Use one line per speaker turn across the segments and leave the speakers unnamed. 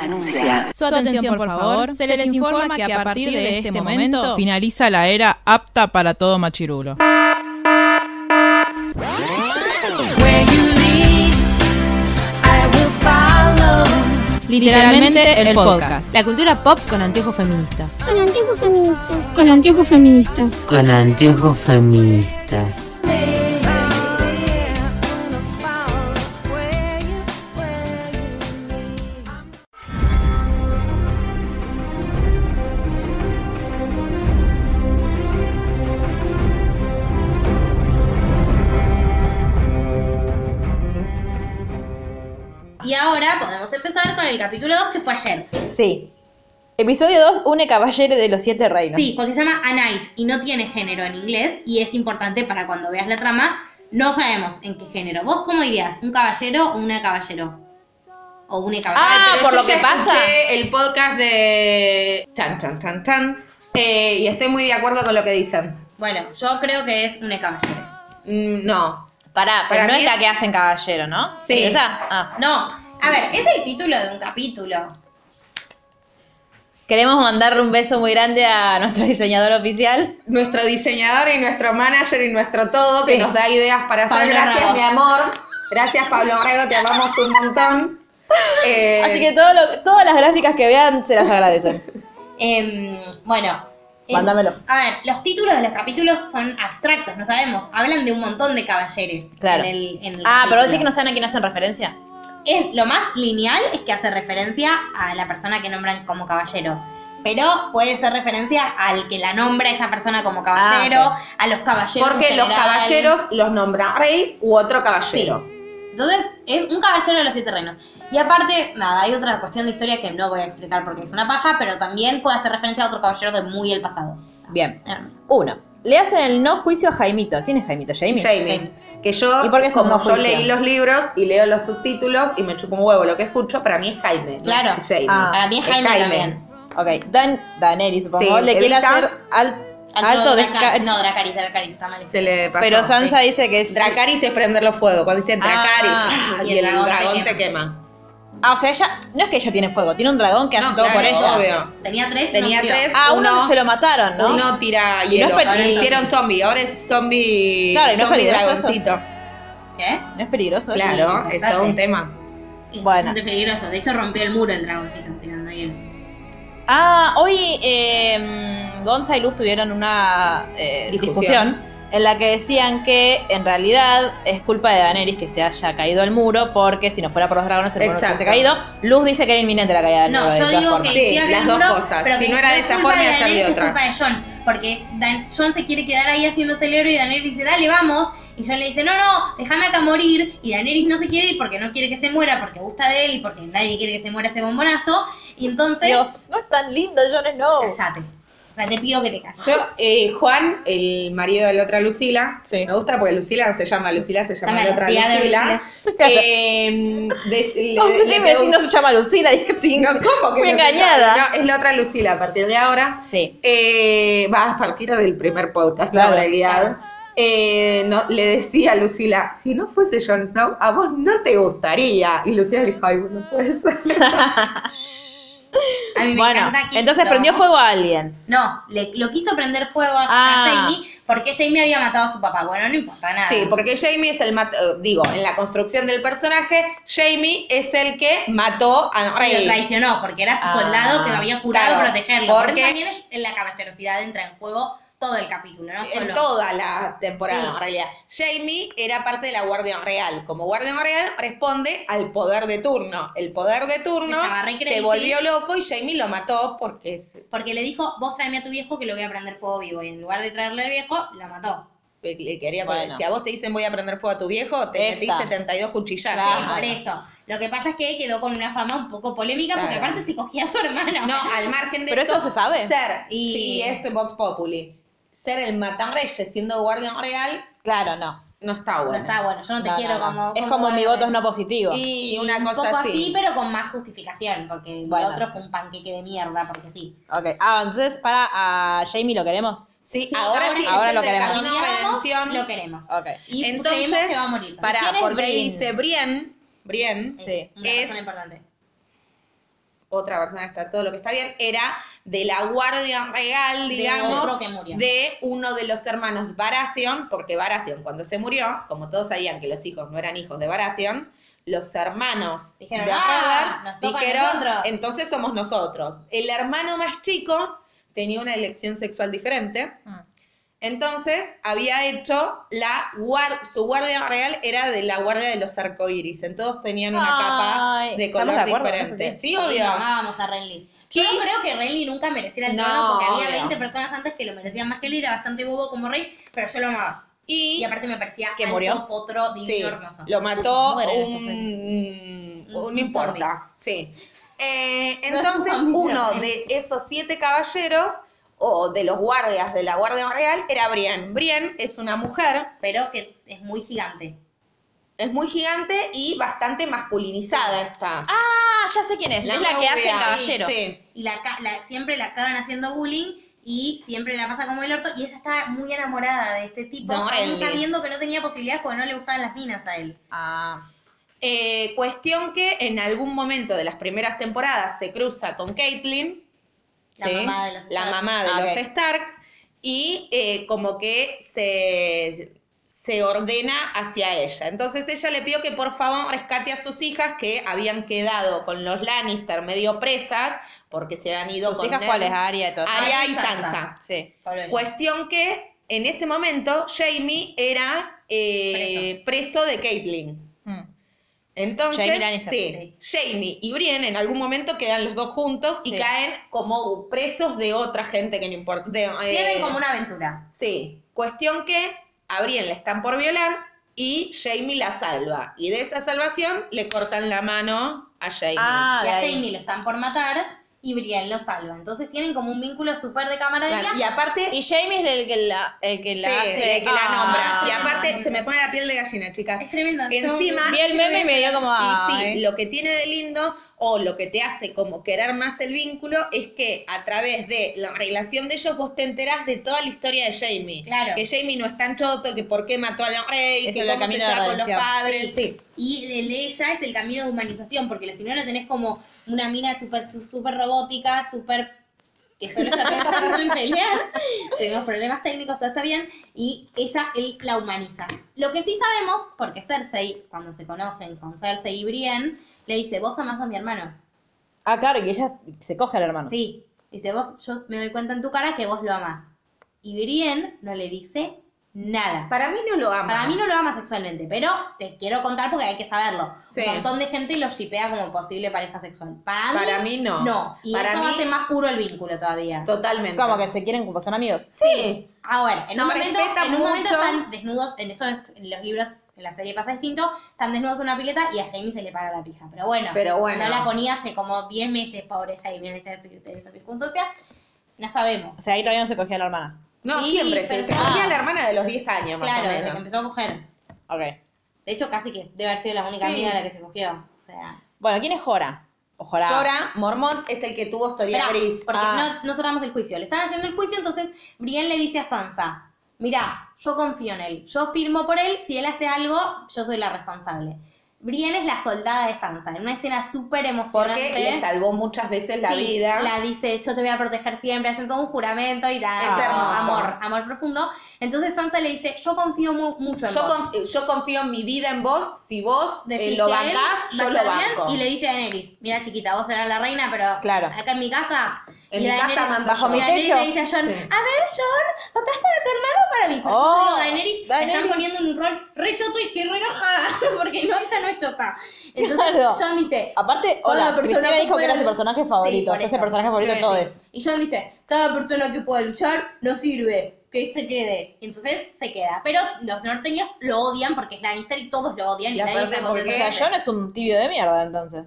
anuncia.
Su atención, por favor. Se les informa que a partir de este momento
Finaliza la era apta para todo machirulo. Literalmente el podcast.
La cultura pop con anteojos feministas.
Con anteojos feministas.
Con anteojos feministas.
Con anteojos feministas.
Y ahora podemos empezar con el capítulo 2 que fue ayer.
Sí. Episodio 2 une caballero de los siete reinos.
Sí, porque se llama A Night y no tiene género en inglés y es importante para cuando veas la trama. No sabemos en qué género. ¿Vos cómo dirías? ¿Un caballero o una caballero? O una caballero.
Ah,
Pero
por
yo
lo
ya
que pasa.
escuché el podcast de Chan Chan Chan Chan eh, y estoy muy de acuerdo con lo que dicen.
Bueno, yo creo que es una caballero.
Mm, no.
Pará, pero
Para
no
mí
es la
es-
que hacen caballero, ¿no?
Sí.
¿Es ¿Esa? Ah.
No, a ver, es el título de un capítulo.
Queremos mandarle un beso muy grande a nuestro diseñador oficial.
Nuestro diseñador y nuestro manager y nuestro todo
Sí.
que nos da ideas para hacer.
Pablo
Gracias,
Rago.
mi amor. Gracias, Pablo Brago, te amamos un montón. Eh,
Así que todo lo- todas las gráficas que vean se las agradecen.
Em, bueno. em,
Mándamelo.
a ver, los títulos de los capítulos son abstractos, no sabemos. Hablan de un montón de caballeros.
Claro.
En el, en el
ah, pero vos decís que
capítulo.
no saben a quién hacen referencia.
es lo más lineal es que hace referencia a la persona que nombran como caballero. Pero puede ser referencia al que la nombra esa persona como caballero,
Ah,
a los caballeros.
porque
en
los
general.
caballeros los nombra rey u otro caballero.
Entonces, es un caballero de los siete reinos. Y aparte, nada, hay otra cuestión de historia que no voy a explicar porque es una paja, pero también puede hacer referencia a otro caballero de muy el pasado.
Bien.
Eh,
Uno. Le hacen el no juicio a Jaimito. ¿Quién es Jaimito? Jaime.
Jamie. Que yo,
¿Y por qué son
como
no
yo
juicio?
leí los libros y leo los subtítulos y me chupo un huevo lo que escucho, para mí es Jaime. no
Claro.
es Jamie.
Ah,
Para mí es Jaime, también.
Ok. Dan, Daneri, supongo.
Sí,
le quiere
Evita.
hacer al- alto
Dracar-
desca...
No, Dracaris, Dracaris, está mal.
Se le pasó.
Pero Sansa dice que es...
Dracaris es prenderlo fuego. Cuando dicen Dracaris
Ah,
y el dragón te quema.
Ah, o sea, ella... No es que ella tiene fuego. Tiene un dragón que hace
No,
todo
claro,
por ella.
obvio.
Tenía tres. y
Tenía
no murió.
tres.
Ah, uno,
Uno-
se lo mataron, ¿no?
Uno tira
Y no
hielo.
es peligroso.
Le hicieron zombie. Ahora es zombie.
Claro, y no es
zombie
peligroso eso.
dragoncito.
¿Qué?
¿No es peligroso? eso?
Claro,
Sí,
es todo un
importante.
tema.
Es
Bueno.
bastante peligroso. De hecho, rompió el muro el dragoncito tirando ahí.
Ah, hoy eh, Gonza y Luz tuvieron una eh, discusión.
Discusión.
en la que decían que en realidad es culpa de Daenerys que se haya caído el muro, porque si no fuera por los dragones el muro se hubiese
Exacto.
caído. Luz dice que era inminente la caída del
No,
muro. de
yo
todas
digo
formas.
que
Sí,
sí, había
las
un
dos
muro,
cosas.
pero
Si
que
no era de
es
esa
culpa
forma, iba a ser
Daenerys,
de otra.
Es culpa de John, porque Dan- John se quiere quedar ahí haciéndose el héroe y Daenerys dice, dale, vamos. Y John le dice, no, no, déjame acá morir. Y Daenerys no se quiere ir porque no quiere que se muera, porque gusta de él y porque nadie quiere que se muera ese bombonazo. Y entonces,
Dios, no es tan lindo, Jon Snow.
cállate. O sea, te pido que te calles.
Yo, eh, Juan, el marido de la otra Lucila,
Sí.
me gusta porque Lucila no se llama Lucila, se llama
Llama
la otra
la tía de
Lucila. Eh, des- le-
No,
le
sí, mi vecino
pregun-
se llama Lucila, dije, ting.
No, ¿cómo que
Fui
no se llama?
engañada.
No, es la otra Lucila a partir de ahora.
Sí.
Eh, va a partir del primer podcast,
Claro,
la realidad.
claro.
Eh, no, le decía a Lucila, si no fuese Jon Snow, a vos no te gustaría. Y Lucila le dijo, ay, bueno, puede ser.
A mí me
Bueno,
encanta que-
entonces
no.
prendió fuego a alguien.
No, le, lo quiso prender fuego a,
Ah.
Jamie porque Jamie había matado a su papá. Bueno, no importa nada.
Sí, porque Jamie es el mat- eh, digo, en la construcción del personaje, Jamie es el que mató a
Y lo
Rey.
traicionó porque era su
Ah,
soldado que lo había jurado
claro,
protegerlo. Porque
porque-
también es- en la caballerosidad entra en juego todo el capítulo, no solo.
En toda la temporada,
Sí.
en realidad. Jamie era parte de la Guardia Real. Como Guardia Real responde al poder de turno. El poder de turno
Estaba re crazy.
se volvió loco y Jamie lo mató porque es eh,
Porque le dijo, vos tráeme a tu viejo que lo voy a prender fuego vivo. Y en lugar de traerle al viejo, la mató.
le- le quería
Bueno.
poner. Si a vos te dicen voy a prender fuego a tu viejo, te
Esta.
metís 72 cuchillazos.
Sí, por eso. Lo que pasa es que quedó con una fama un poco polémica porque
Claro.
aparte se cogía a su hermana.
No, al margen de
Pero
esto,
eso se sabe.
Ser,
Y-
y es Vox Populi. Ser el Matanreyes siendo Guardia Real
Claro, no.
no está
No
bueno.
está bueno, yo no te
No,
quiero
no, no.
como...
Es como mi voto es no positivo.
Y una
Un
cosa
poco así.
así.
pero con más justificación, porque el
Bueno.
otro fue un panqueque de mierda, porque sí.
Ok. Ah, entonces para a Jamie lo queremos.
Sí,
Sí,
ahora,
ahora sí.
sí, es
Ahora
el
lo
del
queremos.
camino
Odiamos,
a redención.
Lo queremos.
Ok.
Y
Entonces,
creemos que va a morir.
Pará,
¿Quién es
porque
Brien?
dice Brien, Brien
Sí.
Una
es
persona importante.
otra persona está todo lo que está bien, era de la guardia regal,
De
digamos,
otro que murió.
de uno de los hermanos Baratheon, porque Baratheon cuando se murió, como todos sabían que los hijos no eran hijos de Baratheon, los hermanos
Dijeron,
de
"Ah,
Robert
nos toca a nosotros".
entonces somos nosotros. El hermano más chico tenía una elección sexual diferente. Entonces había hecho la guar- su guardia real era de la guardia de los arcoíris. Entonces tenían una
Ay,
capa de
¿estamos
color
de acuerdo con eso?
diferente.
Sí.
Sí,
Y
obvio.
amábamos a Renly. Yo no creo que Renly nunca mereciera el
No,
trono porque había
obvio.
20 personas antes que lo merecían más que él, era bastante bobo como rey, pero yo lo amaba.
Y,
Y aparte me parecía
¿Que
alto,
murió?
potro divino
sí,
hermoso.
lo mató
mueren estos
un,
Un- un
no importa. Sí. Eh, entonces
No es un zombie,
uno
pero-
de esos siete caballeros o de los guardias de la guardia real era Brienne. Brienne es una mujer
Pero que es muy gigante.
es muy gigante y bastante masculinizada está.
Ah, ya sé quién es. es la que hace el caballero.
Sí.
Y la, ca- la- siempre la acaban haciendo bullying y siempre la pasa como el orto. Y ella está muy enamorada de este tipo,
No,
aún
Renly.
sabiendo que no tenía posibilidades porque no le gustaban las minas a él.
Ah,
Eh, cuestión que en algún momento de las primeras temporadas se cruza con Caitlyn,
La mamá de los
la
Stark.
mamá de
Ah,
los
ok.
Stark, y eh, como que se, se ordena hacia ella. Entonces ella le pidió que por favor rescate a sus hijas que habían quedado con los Lannister medio presas porque se han ido
sus
con
hijas
Ned,
cuáles, Ah. Aria y todo.
Arya y Sansa.
Sí.
Pobre
Cuestión que en ese momento Jamie era eh, preso de Caitlyn.
Mm.
Entonces,
Jaime Lannister,
sí, Jamie y Brienne en algún momento quedan los dos juntos y
Sí.
caen como presos de otra gente que no importa. de, eh,
Tienen como una aventura.
Sí, cuestión que a Brienne la están por violar y Jamie la salva. Y de esa salvación le cortan la mano a Jamie.
Ah,
y
de
a
ahí.
Jamie lo están por matar y Brienne lo salva. Entonces tienen como un vínculo súper de cámara de gas.
y aparte,
Y Jamie es el que la, el que la
sí,
hace.
el que la nombra.
Ah.
y aparte se me pone la piel de gallina, chicas.
Es tremendo.
Encima-
Vi el meme y me dio como.
Y sí,
ay.
lo que tiene de lindo o lo que te hace como querer más el vínculo es que a través de la relación de ellos vos te enterás de toda la historia de Jamie.
Claro.
Que Jamie no es tan choto, que por qué mató a la rey,
Eso
que
es la
cómo se
camino de
lleva con los
redención.
padres. Sí.
Y de ella es el camino de humanización, porque si no la tenés como una mina súper super robótica, súper que solo está pensando en pelear, tenemos problemas técnicos, todo está bien, y ella él, la humaniza. Lo que sí sabemos, porque Cersei, cuando se conocen con Cersei y Brienne, le dice, vos amás a mi hermano.
Ah, claro, que ella se coge al hermano.
Sí, dice, vos, yo me doy cuenta en tu cara que vos lo amás. Y Brienne no le dice nada.
Para mí no lo ama.
Para mí no lo ama sexualmente, pero te quiero contar porque hay que saberlo.
Sí.
Un montón de gente lo shipea como posible pareja sexual. Para mí,
Para mí no.
no. Y
Para
eso
mí-
hace más puro el vínculo todavía.
Totalmente.
Como que se quieren como son amigos.
Sí.
Ahora, en
Se
un momento,
respeta
en un momento
mucho.
están desnudos, en estos, en los libros, en la serie pasa distinto, están desnudos en una pileta y a Jamie se le para la pija. Pero bueno,
Pero bueno.
no la ponía hace como 10 meses, pobre Jamie, en esa, en esa circunstancia. No sabemos.
O sea, ahí todavía no se cogía a la hermana.
No,
Sí,
siempre. Se,
pero-
se cogía a la hermana de los 10 años, más
Claro,
o
desde que
menos.
empezó a coger.
Ok.
De hecho, casi que debe haber sido la única
Sí.
amiga a la que se cogió. O sea.
Bueno, ¿quién es Jora? O Jora.
Llora, Mormont es el que tuvo Soria
Esperá,
Gris.
Porque
Ah.
no, no cerramos el juicio. Le están haciendo el juicio, entonces Brienne le dice a Sansa, mirá, yo confío en él, yo firmo por él, si él hace algo, yo soy la responsable. Brienne es la soldada de Sansa, en una escena súper emocionante.
Porque le salvó muchas veces la
Sí,
vida.
La dice, yo te voy a proteger siempre, hacen todo un juramento y da
Es hermoso.
amor, amor profundo. Entonces Sansa le dice, yo confío mu- mucho en
Yo,
vos.
conf- eh, yo confío en mi vida en vos. Si vos eh,
Decís
lo
que él
bancás,
va a
yo lo
estar bien,
banco.
Y le dice a Daenerys, mira chiquita, vos serás la reina, pero
Claro.
acá en mi casa...
En
y
mi casa
Daenerys-
mando
Bajo
yo.
mi
y Daenerys
techo.
le dice a John,
Sí.
a ver John, ¿votás para tu hermano o para mí? Pero yo
Oh,
digo, Daenerys, la están
Daenerys.
poniendo en un rol re choto y estoy re enojada, porque no, ella no es chota. Entonces
Claro.
John dice,
Aparte,
Toda
hola,
persona
Cristina
que
dijo que era
puede-
su personaje
Sí,
favorito.
por
o sea, ese
eso.
personaje favorito
Sí,
de
sí.
todos.
y John dice, cada persona que pueda luchar no sirve, que se quede. Y entonces se queda. Pero los norteños lo odian porque es Lannister y todos lo odian.
Y
Y nadie
aparte
está
porque-
O
contento
sea,
con
John
él.
es un tibio de mierda, entonces.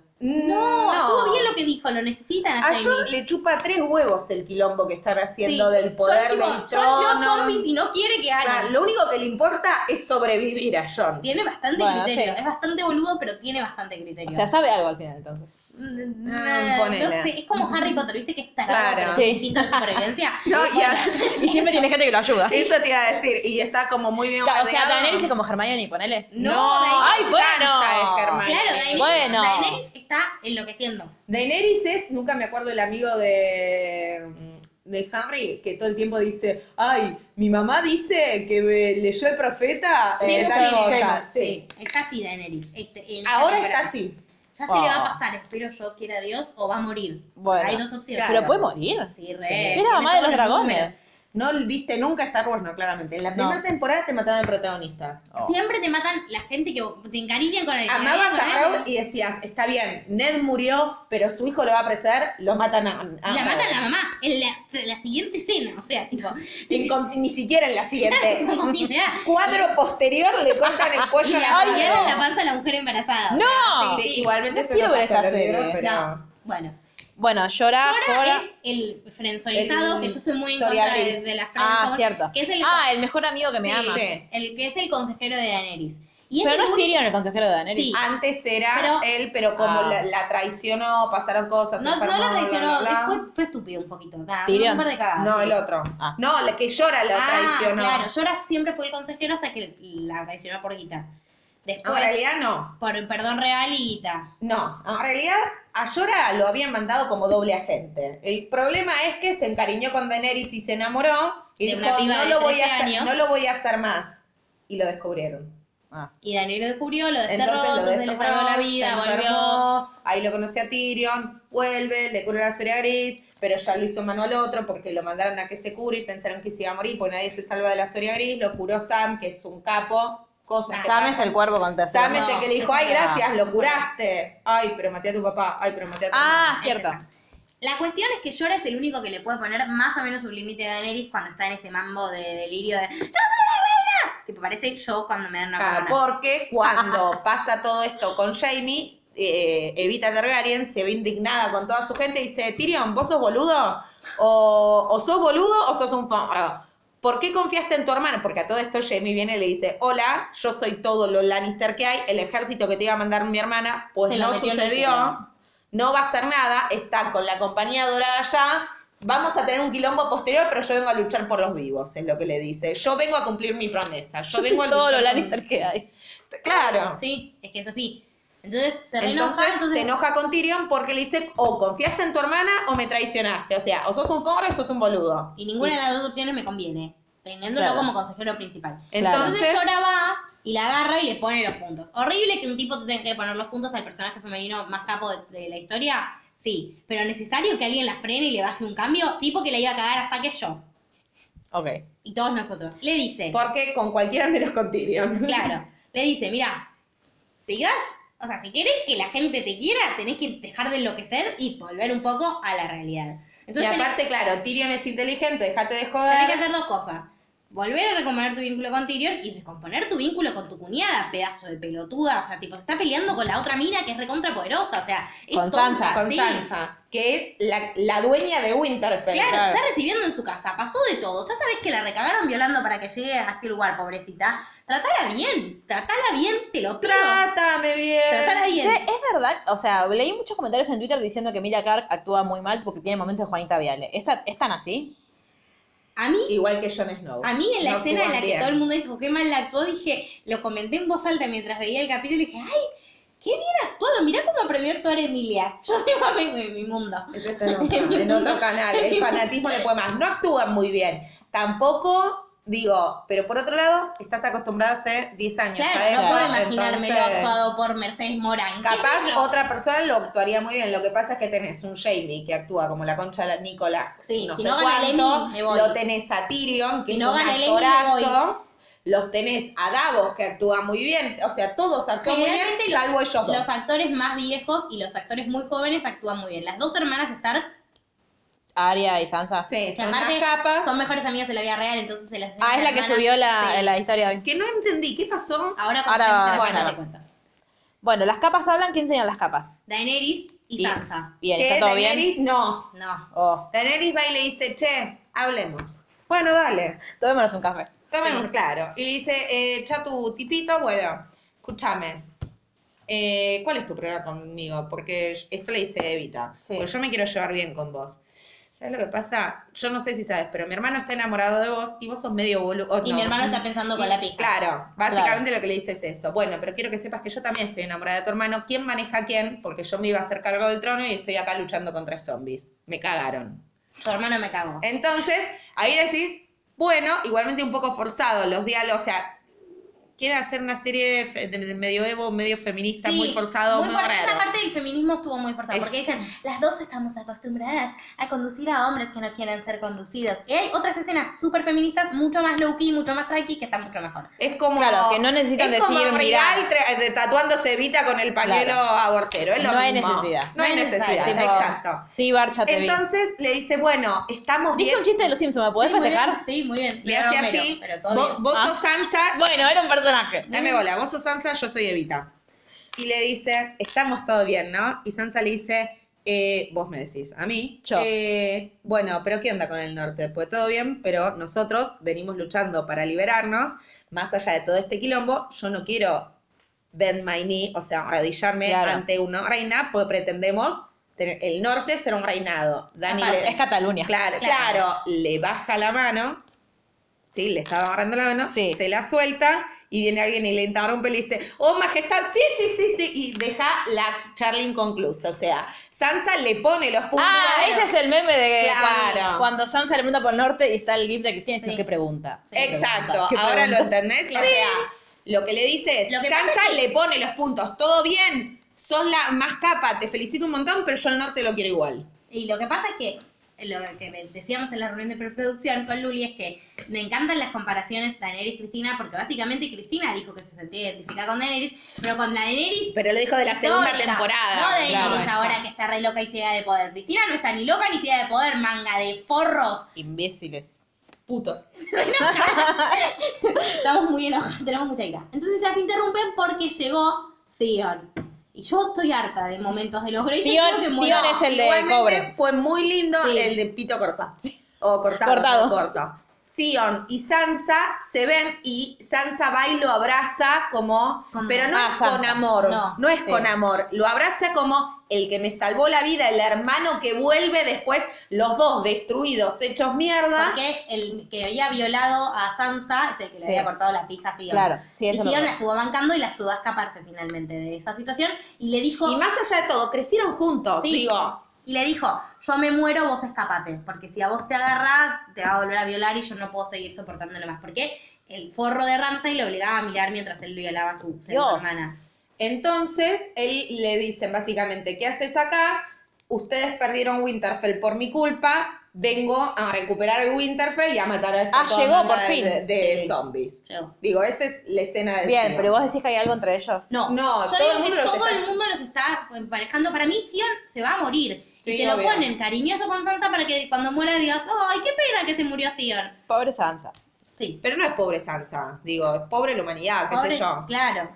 No, estuvo bien lo que dijo, lo necesitan
Ah,
a,
Mm, A
Jaime.
John le chupa tres huevos el quilombo que están haciendo
Sí.
del poder
John, tipo,
del
John
trono.
no zombie si no quiere que
O sea,
gane.
lo único que le importa es sobrevivir a John.
Tiene bastante
Bueno,
criterio.
sí.
Es bastante boludo, pero tiene bastante criterio.
O sea, sabe algo al final, entonces.
Mm,
Ah, ponele.
no sé, es como Harry Potter, ¿viste? Que es tarado,
Claro.
pero
Sí.
instinto de supervivencia.
No, y a-
Y siempre tiene gente que lo lo ayuda.
Eso te iba a decir. Y está como muy bien
Claro, o sea,
rodeado.
Daenerys es como Hermione, ponele.
No,
No,
Daenerys
ay, bueno.
Sansa es Hermione.
Claro, Daenerys,
Bueno.
Daenerys está enloqueciendo.
Daenerys es, nunca me acuerdo el amigo de, de Henry, que todo el tiempo dice, ay, mi mamá dice que me- leyó el profeta. eh,
James,
tal
sí,
cosa".
James,
Sí.
Está así Daenerys. este, en esta
Ahora está
temporada.
así.
Ya se le va
Oh.
a pasar, espero yo quiera Dios, o va a morir.
Bueno.
Hay dos opciones.
Claro.
Pero puede morir.
Sí, re.
Era
Tiene
la mamá de
todos
los dragones.
números.
No viste nunca Star Wars, no, claramente. En la
No.
primera temporada te mataban al protagonista.
Oh.
Siempre te matan la gente que te encariñan con el
Amabas
con
a
el-
Rhaenyra y decías, está bien, Ned murió, pero su hijo lo va a apresar, lo matan a, a
La
Rhaenyra".
matan la mamá en la, la siguiente escena, o sea, tipo,
Y con- ni siquiera en la siguiente.
como continuidad.
Cuadro posterior le cortan el
Y
cuello a
la
la
paridad en
madre.
la panza de la mujer embarazada. o
¡No!
Sí, igualmente
No
eso
quiero
no
ver
pasa
esa
en el libro,
serie.
pero-
sea, no. Bueno,
Bueno, llorar,
Sora es el frenzonizado,
El
que yo soy muy en
Soria
contra de,
Gris.
de la frenzone,
Ah, cierto.
que es el,
Ah, el mejor amigo que me
Sí.
ama.
Sí.
el que es el consejero de Daenerys. Y es
Pero no
el
es
único-
Tyrion el consejero de Daenerys.
Sí.
Antes era
Pero-
él, pero como
Ah.
la, la traicionó, pasaron cosas.
no,
enfermó,
no la
bla, bla,
traicionó,
bla.
fue, fue estúpido un poquito. nada,
Tyrion.
un par de cagadas.
No,
sí.
el otro.
Ah.
No, la que llora la
Ah,
traicionó.
claro, Jorah siempre fue el consejero hasta que la traicionó por guita.
No,
Después, Ah.
en realidad no.
por perdón real y guita.
No, en realidad a Llora lo habían mandado como doble agente. El problema es que se encariñó con Daenerys y se enamoró y
De
dijo,
una piba
no
de
lo, voy a
13
hacer,
años".
no lo voy a hacer más. Y lo descubrieron.
Ah.
Y Daniel lo descubrió, lo desterró,
Entonces,
entonces,
lo
le salvó la vida,
se
volvió.
enfermó, ahí lo conoce a Tyrion, vuelve, le cura la cerea gris, pero ya lo hizo mano al otro porque lo mandaron a que se cure y pensaron que se iba a morir, porque nadie se salva de la cerea gris, lo curó Sam, que es un capo, cosas.
Nah.
que
Sam
pasan.
es el cuervo con tercero.
Sam es el
No,
que le dijo,
ese
ay,
no.
gracias, lo curaste. Ay, pero maté a tu papá, ay, pero maté a tu
Ah,
mamá.
cierto.
Ese La cuestión es que Jorah es el único que le puede poner más o menos un límite a Daenerys cuando está en ese mambo de delirio de ¡Yo soy la reina! Tipo, parece yo cuando me dan una
Ah,
corona.
porque cuando pasa todo esto con Jamie, eh, Evita Targaryen se ve indignada con toda su gente y dice, Tyrion, ¿vos sos boludo? O, o sos boludo o sos un fan. ¿Por qué confiaste en tu hermano? Porque a todo esto Jamie viene y le dice, hola, yo soy todo lo Lannister que hay, el ejército que te iba a mandar mi hermana, pues
Se lo
no
metió en el
sucedió,
culo.
no va a hacer nada, está con la compañía dorada allá, vamos a tener un quilombo posterior, pero yo vengo a luchar por los vivos, es lo que le dice. Yo vengo a cumplir mi promesa, yo,
Yo
vengo a
soy todo
luchar
lo
por-
Lannister que hay.
Claro.
Sí, es que es así. Entonces se re
Entonces,
enoja, entonces
se enoja con Tyrion porque le dice, o confiaste en tu hermana o me traicionaste. O sea, o sos un pobre o sos un boludo.
Y ninguna de las dos opciones me conviene, teniéndolo
Claro.
como consejero principal.
Claro.
Entonces Sora va y la agarra y le pone los puntos. Horrible que un tipo te tenga que poner los puntos al personaje femenino más capo de, de la historia, sí. Pero necesario que alguien la frene y le baje un cambio, sí, porque la iba a cagar a saque yo.
Ok.
Y todos nosotros. Le dice,
Porque con cualquiera menos con Tyrion.
claro, le dice, mira, sigas, o sea, si querés que la gente te quiera, tenés que dejar de enloquecer y volver un poco a la realidad.
Y
Entonces, tenés-
aparte, claro, Tyrion es inteligente, déjate de
Tenés
joder.
que hacer dos cosas. Volver a recomponer tu vínculo con Tyrion y recomponer tu vínculo con tu cuñada, pedazo de pelotuda. O sea, tipo, se está peleando con la otra mina que es recontra poderosa. O sea, es
Con
tonta,
Sansa,
Con
sí.
Sansa, que es la, la dueña de Winterfell.
Claro, está recibiendo en su casa. Pasó de todo. Ya sabes que la recagaron violando para que llegue a ese lugar, pobrecita. Tratala bien. Tratala bien, te lo pido.
Trátame bien.
Tratala bien.
Che, es verdad, o sea, leí muchos comentarios en Twitter diciendo que Emilia Clark actúa muy mal porque tiene momentos de Juanita Viale. ¿Esa, ¿Es tan así?
A mí,
Igual que Jon Snow.
a mí en la
No
escena en la
actúan
que
bien.
todo el mundo dijo qué mal la actuó, dije, lo comenté en voz alta mientras veía el capítulo y dije, ay, qué bien actuado. Mirá cómo aprendió a actuar Emilia. Yo me en mi mundo.
Eso está en otro, en otro canal. El fanatismo le puede más. No actúan muy bien. Tampoco, digo, pero por otro lado, estás acostumbrada hace 10 años a
Claro,
esto.
no puedo imaginarme lo
entonces,
actuado por Mercedes Morán. ¿Qué sé
Capaz
yo?
otra persona lo actuaría muy bien. Lo que pasa es que tenés un Jamie que actúa como la concha de la Nicolás.
Sí,
no
si
sé
no gana el
cuánto.
Emmy, me voy.
Lo tenés a Tyrion, que
Si
es
no
un
gana el Emmy, me
actorazo. Los tenés a Davos, que actúa muy bien. O sea, todos actúan muy bien,
Generalmente los-
salvo ellos dos.
Los actores más viejos y los actores muy jóvenes actúan muy bien. Las dos hermanas Stark,
Aria y Sansa.
Sí,
que
son unas
aparte
capas.
son mejores amigas en la vida real, entonces se las hacen
Ah, es la que
hermanas.
subió la,
Sí.
la historia hoy.
Que no entendí, ¿qué pasó?
Ahora, cuando
Ahora,
lleguemos a la
bueno.
parte, te cuento.
Bueno, las capas hablan. ¿Quién enseña las capas?
Daenerys y, Sansa.
Bien,
que
¿está todo bien?
Daenerys no.
No.
Oh,
Daenerys va y le dice, che, hablemos. Bueno, dale.
tomémonos un café.
Tomen un claro. Y le dice, eh, ya tu tipito, bueno, escúchame. eh, ¿Cuál es tu problema conmigo? Porque esto le dice Evita.
Sí.
Porque yo me quiero llevar bien con vos. ¿Sabes lo que pasa? Yo no sé si sabes, pero mi hermano está enamorado de vos y vos sos medio boludo.
Y mi hermano está pensando con la pija.
Claro, básicamente lo que le dice es eso. Bueno, pero quiero que sepas que yo también estoy enamorada de tu hermano. ¿Quién maneja a quién? Porque yo me iba a hacer cargo del trono y estoy acá luchando contra zombies. Me cagaron.
Tu hermano me cago.
Entonces, ahí decís, bueno, igualmente un poco forzado los diálogos, o sea, quieren hacer una serie fe- de de medioevo, medio feminista, muy forzado, muy,
muy forzado.
raro.
Esa parte del feminismo estuvo muy forzada,
Es-
porque dicen, las dos estamos acostumbradas a conducir a hombres que no quieren ser conducidos. Y hay otras escenas súper feministas, mucho más low-key, mucho más tranqui, que están mucho mejor.
Es como.
Claro, que no necesitan
es como
decir, mirá.
Rial tra- de- tatuándose Evita con el pañuelo
Claro.
abortero. es lo
No hay
mismo.
necesidad.
No hay necesidad,
Tipo,
exacto.
Sí, Barcha, te vi.
Entonces le dice, bueno, estamos
Dije
bien.
un chiste de los Simpsons, ¿me podés
Sí, muy
festejar?
bien, Sí, muy bien.
Le hace
Homero,
así.
Pero todo
Vos,
bien.
vos
Ah.
sos Sansa.
Bueno, era un personaje.
Dame bola, vos sos Sansa, yo soy Evita. Y le dice, estamos todo bien, ¿no? Y Sansa le dice, eh, vos me decís, a mí.
Yo.
eh, bueno, pero ¿qué onda con el norte? Pues todo bien, pero nosotros venimos luchando para liberarnos. Más allá de todo este quilombo, yo no quiero bend my knee, o sea, arrodillarme
Claro.
ante una reina, pues pretendemos tener el norte ser un reinado. Dani
Aparte,
le-
Es Cataluña.
Claro, claro, le baja la mano, sí, le estaba agarrando la mano,
Sí.
se la suelta y viene alguien y le entabra un pelo y dice, oh majestad, sí, sí, sí, sí, y deja la charla inconclusa. O sea, Sansa le pone los puntos.
Ah, ese es el meme de
Claro.
cuando, cuando Sansa le pregunta por el norte y está el gif de Cristina diciendo,
Sí.
¿qué pregunta?
Sí,
Exacto,
pregunta, qué
ahora lo
pregunta.
entendés. O sea, lo que le dice es,
Lo que
Sansa le pone los puntos, todo bien, sos la más capa, te felicito un montón, pero yo el norte lo quiero igual.
Y lo que pasa es que lo que decíamos en la reunión de preproducción con Luli es que me encantan las comparaciones Daenerys Cristina porque básicamente Cristina dijo que se sentía identificada con Daenerys, pero con Daenerys
Pero lo dijo de la segunda
histórica,
temporada.
No Daenerys
Claro.
ahora que está re loca y ciega de poder. Cristina no está ni loca ni ciega de poder, manga de forros.
Imbéciles.
Putos.
Estamos muy enojados, tenemos mucha ira. Entonces las interrumpen porque llegó Theon. Y yo estoy harta de momentos de los Grey. Yo
Theon-
quiero que muera.
Theon es el de
Igualmente,
cobre.
Fue muy lindo
Sí.
el de pito cortado. O cortado.
Cortado.
no corto. Theon y Sansa se ven y Sansa va y lo abraza como,
Como-
pero no
Ah,
es con
Sansa.
amor, no,
No,
es
sí.
con amor, lo abraza como el que me salvó la vida, el hermano que vuelve después, los dos destruidos, hechos mierda.
Porque el que había violado a Sansa es el que le
Sí.
había cortado la pija a Theon.
Claro, sí,
Y
eso lo
Theon la
creo.
estuvo bancando y la ayudó a escaparse finalmente de esa situación. Y le dijo,
Y más allá de todo, crecieron juntos,
Sí.
digo.
y le dijo, yo me muero, vos escapate. Porque si a vos te agarra, te va a volver a violar y yo no puedo seguir soportándolo más. Porque el forro de Ramsay lo obligaba a mirar mientras él violaba a su
Dios.
segunda hermana.
Entonces, él le dicen básicamente, ¿qué haces acá? Ustedes perdieron Winterfell por mi culpa, vengo a recuperar Winterfell y a matar a esta
Ah,
toda
llegó,
banda
por fin.
de, de
Sí.
zombies.
Llegó.
Digo, esa es la escena de este
Bien,
Theon.
pero vos decís que hay algo entre ellos.
No,
No,
yo
todo el
digo que
mundo los
todo
está-
el mundo los está emparejando. Para mí, Theon se va a morir.
Sí,
y te lo
obvio.
ponen cariñoso con Sansa para que cuando muera digas, ay, qué pena que se murió Theon.
Pobre Sansa.
Sí.
Pero no es pobre Sansa, digo, es pobre la humanidad, qué
Pobre-
sé yo.
Claro.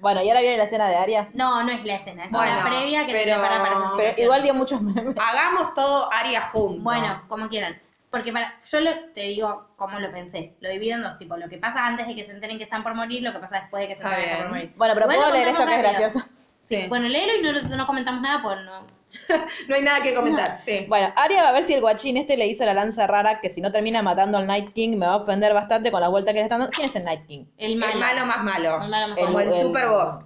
Bueno, y ahora viene la escena de Aria.
No, no es la escena, es
Bueno,
la previa que
pero-
te prepara para esa
pero
Pero
situación.
igual dio muchos memes.
Hagamos todo Aria juntos.
Bueno, como quieran. Porque para, yo lo- te digo cómo lo pensé. Lo divido en dos tipos. Lo que pasa antes de que se enteren que están por morir, lo que pasa después de que se
Está
enteren que están por
bien.
morir.
Bueno, pero
Igual
puedo
lo
leer esto que
contamos
es
rápido.
gracioso.
sí.
Bueno, léelo y no, no comentamos nada, pues no.
no hay nada que comentar. Sí.
Bueno, Aria va a ver si el guachín este le hizo la lanza rara que si no termina matando al Night King me va a ofender bastante con la vuelta que le están dando. ¿Quién es el Night King?
El malo.
El malo más malo.
El malo más
Como el,
malo. El-
super boss.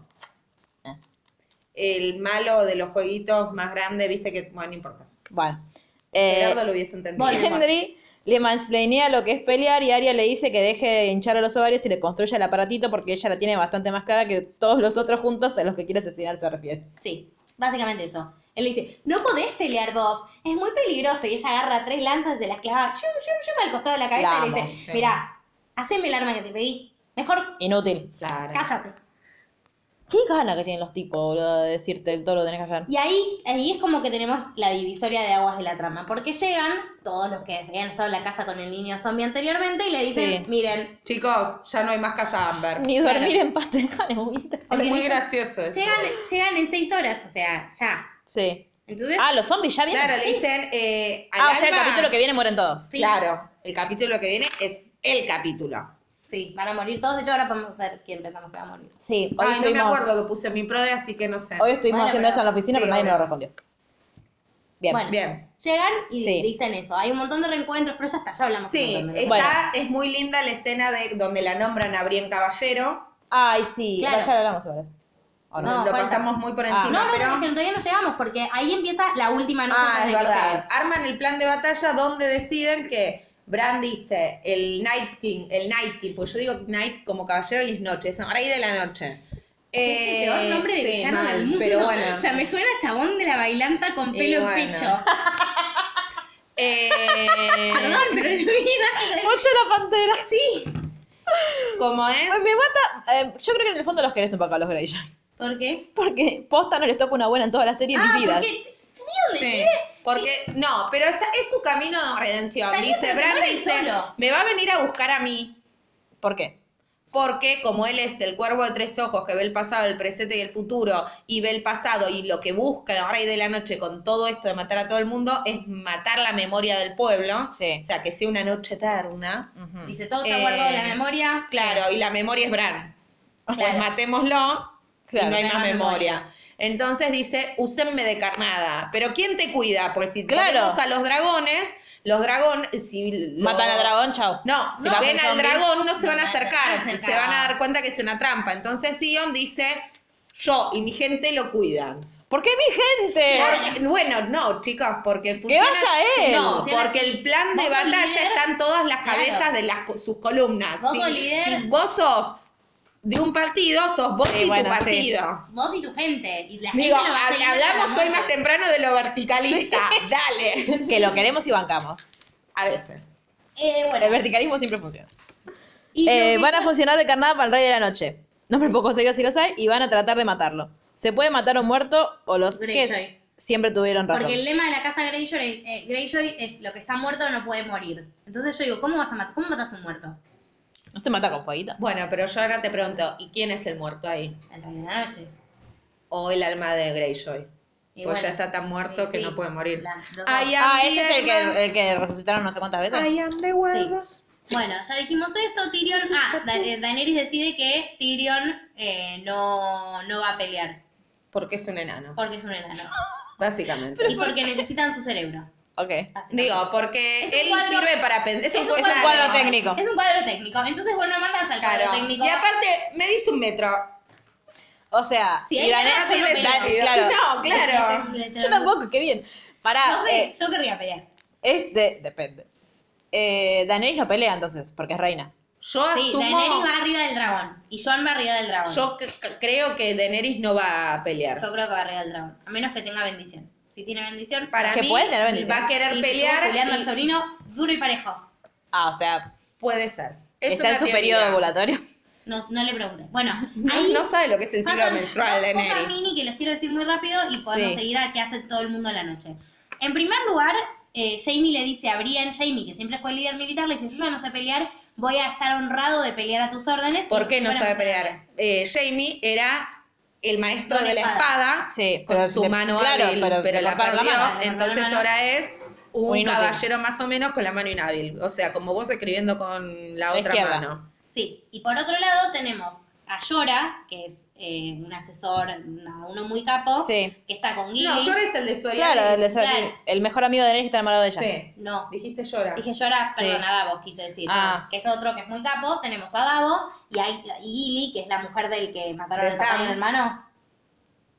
Eh.
El malo de los jueguitos más grande, viste que, bueno, no importa.
Bueno. Eh,
Gerardo lo hubiese entendido.
Henry le mansplainea lo que es pelear y Aria le dice que deje de hinchar a los ovarios y le construya el aparatito porque ella la tiene bastante más clara que todos los otros juntos a los que quiere asesinar se refiere.
Sí, básicamente eso. Él le dice, no podés pelear dos, es muy peligroso. Y ella agarra tres lanzas de las clava, shum, shum, shum, al costado de la cabeza
La
y le
amo,
dice,
sí.
mirá, haceme el arma que te pedí. Mejor
Inútil.
Claro.
cállate.
¿Qué gana que tienen los tipos, boludo, de decirte el toro tenés que hacer?
Y ahí, ahí es como que tenemos la divisoria de aguas de la trama, porque llegan todos los que habían estado en la casa con el niño zombie anteriormente y le dicen,
Sí.
miren,
Chicos, ya no hay más casa Amber.
Ni dormir en paz te dejan en Winter.
Es muy
dicen,
gracioso eso.
llegan, llegan en seis horas, o sea, ya.
Sí.
Entonces,
Ah, los zombies ya vienen.
Claro, le dicen. Eh, al
ah, o sea, el
alba-
capítulo que viene mueren todos.
sí,
Claro, el capítulo que viene es el capítulo.
sí, van a morir todos, de hecho ahora podemos hacer quién pensamos que va a morir.
Sí, hoy
Ay, no me
estuvimos-
acuerdo que puse mi prode, así que no sé.
Hoy estuvimos
Bueno,
haciendo
pero-
eso en la oficina,
sí,
pero nadie me
obvio.
lo respondió.
Bien,
Bueno.
bien.
Llegan y
Sí.
dicen eso. Hay un montón de reencuentros, pero ya está, ya hablamos. un
Sí,
montón de
está,
veces.
es muy linda la escena de donde la nombran a Brian Caballero.
Ay, sí.
Claro.
Ya lo hablamos igual. eso. ¿O no?
No,
lo
falta.
pasamos muy por
Ah.
encima,
No, no,
pero...
no, es que todavía no llegamos porque ahí empieza la última noche
Ah,
antes
es
de que
verdad.
lleguen.
Arman el plan de batalla donde deciden que Bran dice el Night King, el Night King, porque yo digo Night como caballero y es noche, es a raíz de la noche.
Es el peor
Eh,
nombre de
sí,
villano
mal,
del mundo.
Pero bueno.
O sea, me suena a chabón de la bailanta con
Y
pelo en
bueno.
pecho.
Eh,
Perdón, pero en mi vida.
Ocho la pantera. Sí.
¿Cómo es?
Me mata. eh, yo creo que en el fondo los querés un poco a los Greyjoy.
¿Por qué?
Porque posta no les toca una buena en toda la serie en
ah,
mis vidas.
porque ¿Vieron?
Sí, porque no, pero esta es su camino de redención.
Está bien,
dice
pero
Bran
muere
dice,
solo.
me va a venir a buscar a mí,
¿Por qué?
porque como él es el cuervo de tres ojos que ve el pasado, el presente y el futuro y ve el pasado y lo que busca el rey de la noche con todo esto de matar a todo el mundo es matar la memoria del pueblo,
Sí.
o sea, que sea una noche eterna.
Dice, todo está
Eh,
guardado en la memoria.
Claro, y la memoria es Bran. Pues
Claro.
matémoslo
Claro.
y no hay
No hay
más
más
memoria. Entonces dice, úsenme de carnada. Pero ¿quién te cuida? Porque si
Claro.
ponemos a los dragones, los dragones, si lo-
Matan al dragón, chao.
No, si
No.
ven
Si
al
son
dragón no se
no
van
van
a
a
acercar,
acercar.
se van a dar cuenta que es una trampa. Entonces Dion dice, yo y mi gente lo cuidan.
¿Por qué mi
Eh.
gente?
Porque- bueno, no, chicos, porque funciona-
vaya él.
No,
Funciona
porque
así.
el plan de
Vos sos
batalla
líder.
están todas las cabezas
Claro.
de las, co- sus columnas.
Vos
si,
sos líder.
si vos sos de un partido, sos vos
Sí,
y
bueno,
tu
sí.
partido.
Vos y tu gente. Y la
Digo,
gente lo va a
hab-
seguir hasta la
hablamos hoy
muerte.
más temprano de lo verticalista. Dale.
Que lo queremos y bancamos.
A veces.
Eh,
El
bueno.
verticalismo siempre funciona.
y lo
Eh,
que
van a
yo-
funcionar de carnada para el rey de la noche. Nombre poco serio si los hay y van a tratar de matarlo. Se puede matar a un muerto o los
Greyjoy.
que siempre tuvieron razón.
Porque el lema de la casa Greyjoy es, eh, Greyjoy es lo que está muerto no puede morir. Entonces yo digo, ¿cómo vas a matar? ¿Cómo matas a un muerto?
No se mata con fueguita.
Bueno, pero yo ahora te pregunto, ¿y quién es el muerto ahí?
El rey de la noche.
O el alma de Greyjoy.
Y
Pues
bueno,
ya está tan muerto
sí,
que
sí.
no puede morir.
Las dos.
I am
Ah,
the
ese es el
Eggman.
que, el que resucitaron no sé cuántas veces.
I am the werewolf.
Bueno, ya dijimos esto, Tyrion... Ah, Da- eh, Daenerys decide que Tyrion eh, no, no va a pelear,
Porque es un enano,
porque es un enano.
básicamente.
y porque necesitan su cerebro.
Ok.
básicamente.
Digo, porque
Es un
él
cuadro-
sirve para pensar. Es, un
Es un cuadro técnico.
Es un cuadro técnico. Entonces vos no mandas al
Claro.
cuadro técnico.
Y aparte, me dice un metro.
O sea,
Si
y
hay
Dane-
ganas,
Así
yo
de
no peleo.
Dane- claro.
No, claro.
Yo tampoco, qué bien. Pará,
No sé,
eh,
yo querría pelear.
es de- depende. Eh, Daenerys no pelea entonces, porque es reina.
Yo
Sí,
asumo.
Daenerys va arriba del dragón. Y Jon va arriba del dragón.
Ah, Yo c- c- creo que Daenerys no va a pelear.
Yo creo que va arriba del dragón. A menos que tenga bendición. Si tiene bendición,
Para
Que
mí,
puede tener bendición.
va a querer
y si estuvo
pelear.
peleando
y-
al sobrino duro y parejo.
Ah, o sea,
Puede ser. Es
está en
una
su
teoría.
periodo ovulatorio.
No, no le pregunté. Bueno,
No,
ahí
no sabe lo que es el ciclo
pasan
menstrual
dos cosas
Daenerys.
mini que les quiero decir muy rápido y podemos
Sí.
seguir a qué hace todo el mundo en la noche. En primer lugar, eh, Jamie le dice a Brian, Jamie, que siempre fue el líder militar, le dice, yo ya no sé pelear, voy a estar honrado de pelear a tus órdenes.
¿Por qué no
Bueno,
sabe
sé
pelear? Eh, Jamie era el maestro
Con la
de la
espada.
espada.
Sí,
con
pero
su
le-
mano
claro,
hábil, pero,
pero le
la
cortaron
perdió,
la
mano. Le cortaron
entonces
la mano.
ahora es
Un
un
inútil.
caballero más o menos con la mano inhábil, o sea, como vos escribiendo con la
La
otra
izquierda.
mano.
Sí, y por otro lado tenemos a Yora, que es eh, un asesor, nada, uno muy capo,
Sí.
que está con Gilly.
No, llora es el de Soriano.
Claro, el, de
claro.
Sor- el mejor amigo de Daenerys está enamorado de ella.
Sí,
No,
dijiste llora.
dije Yora,
Sí.
perdón, a Davos quise decir,
Ah.
que es otro que es muy capo. Tenemos a Davos y, a, y Gilly, que es la mujer del que mataron
De
al papá y
Sam.
al hermano,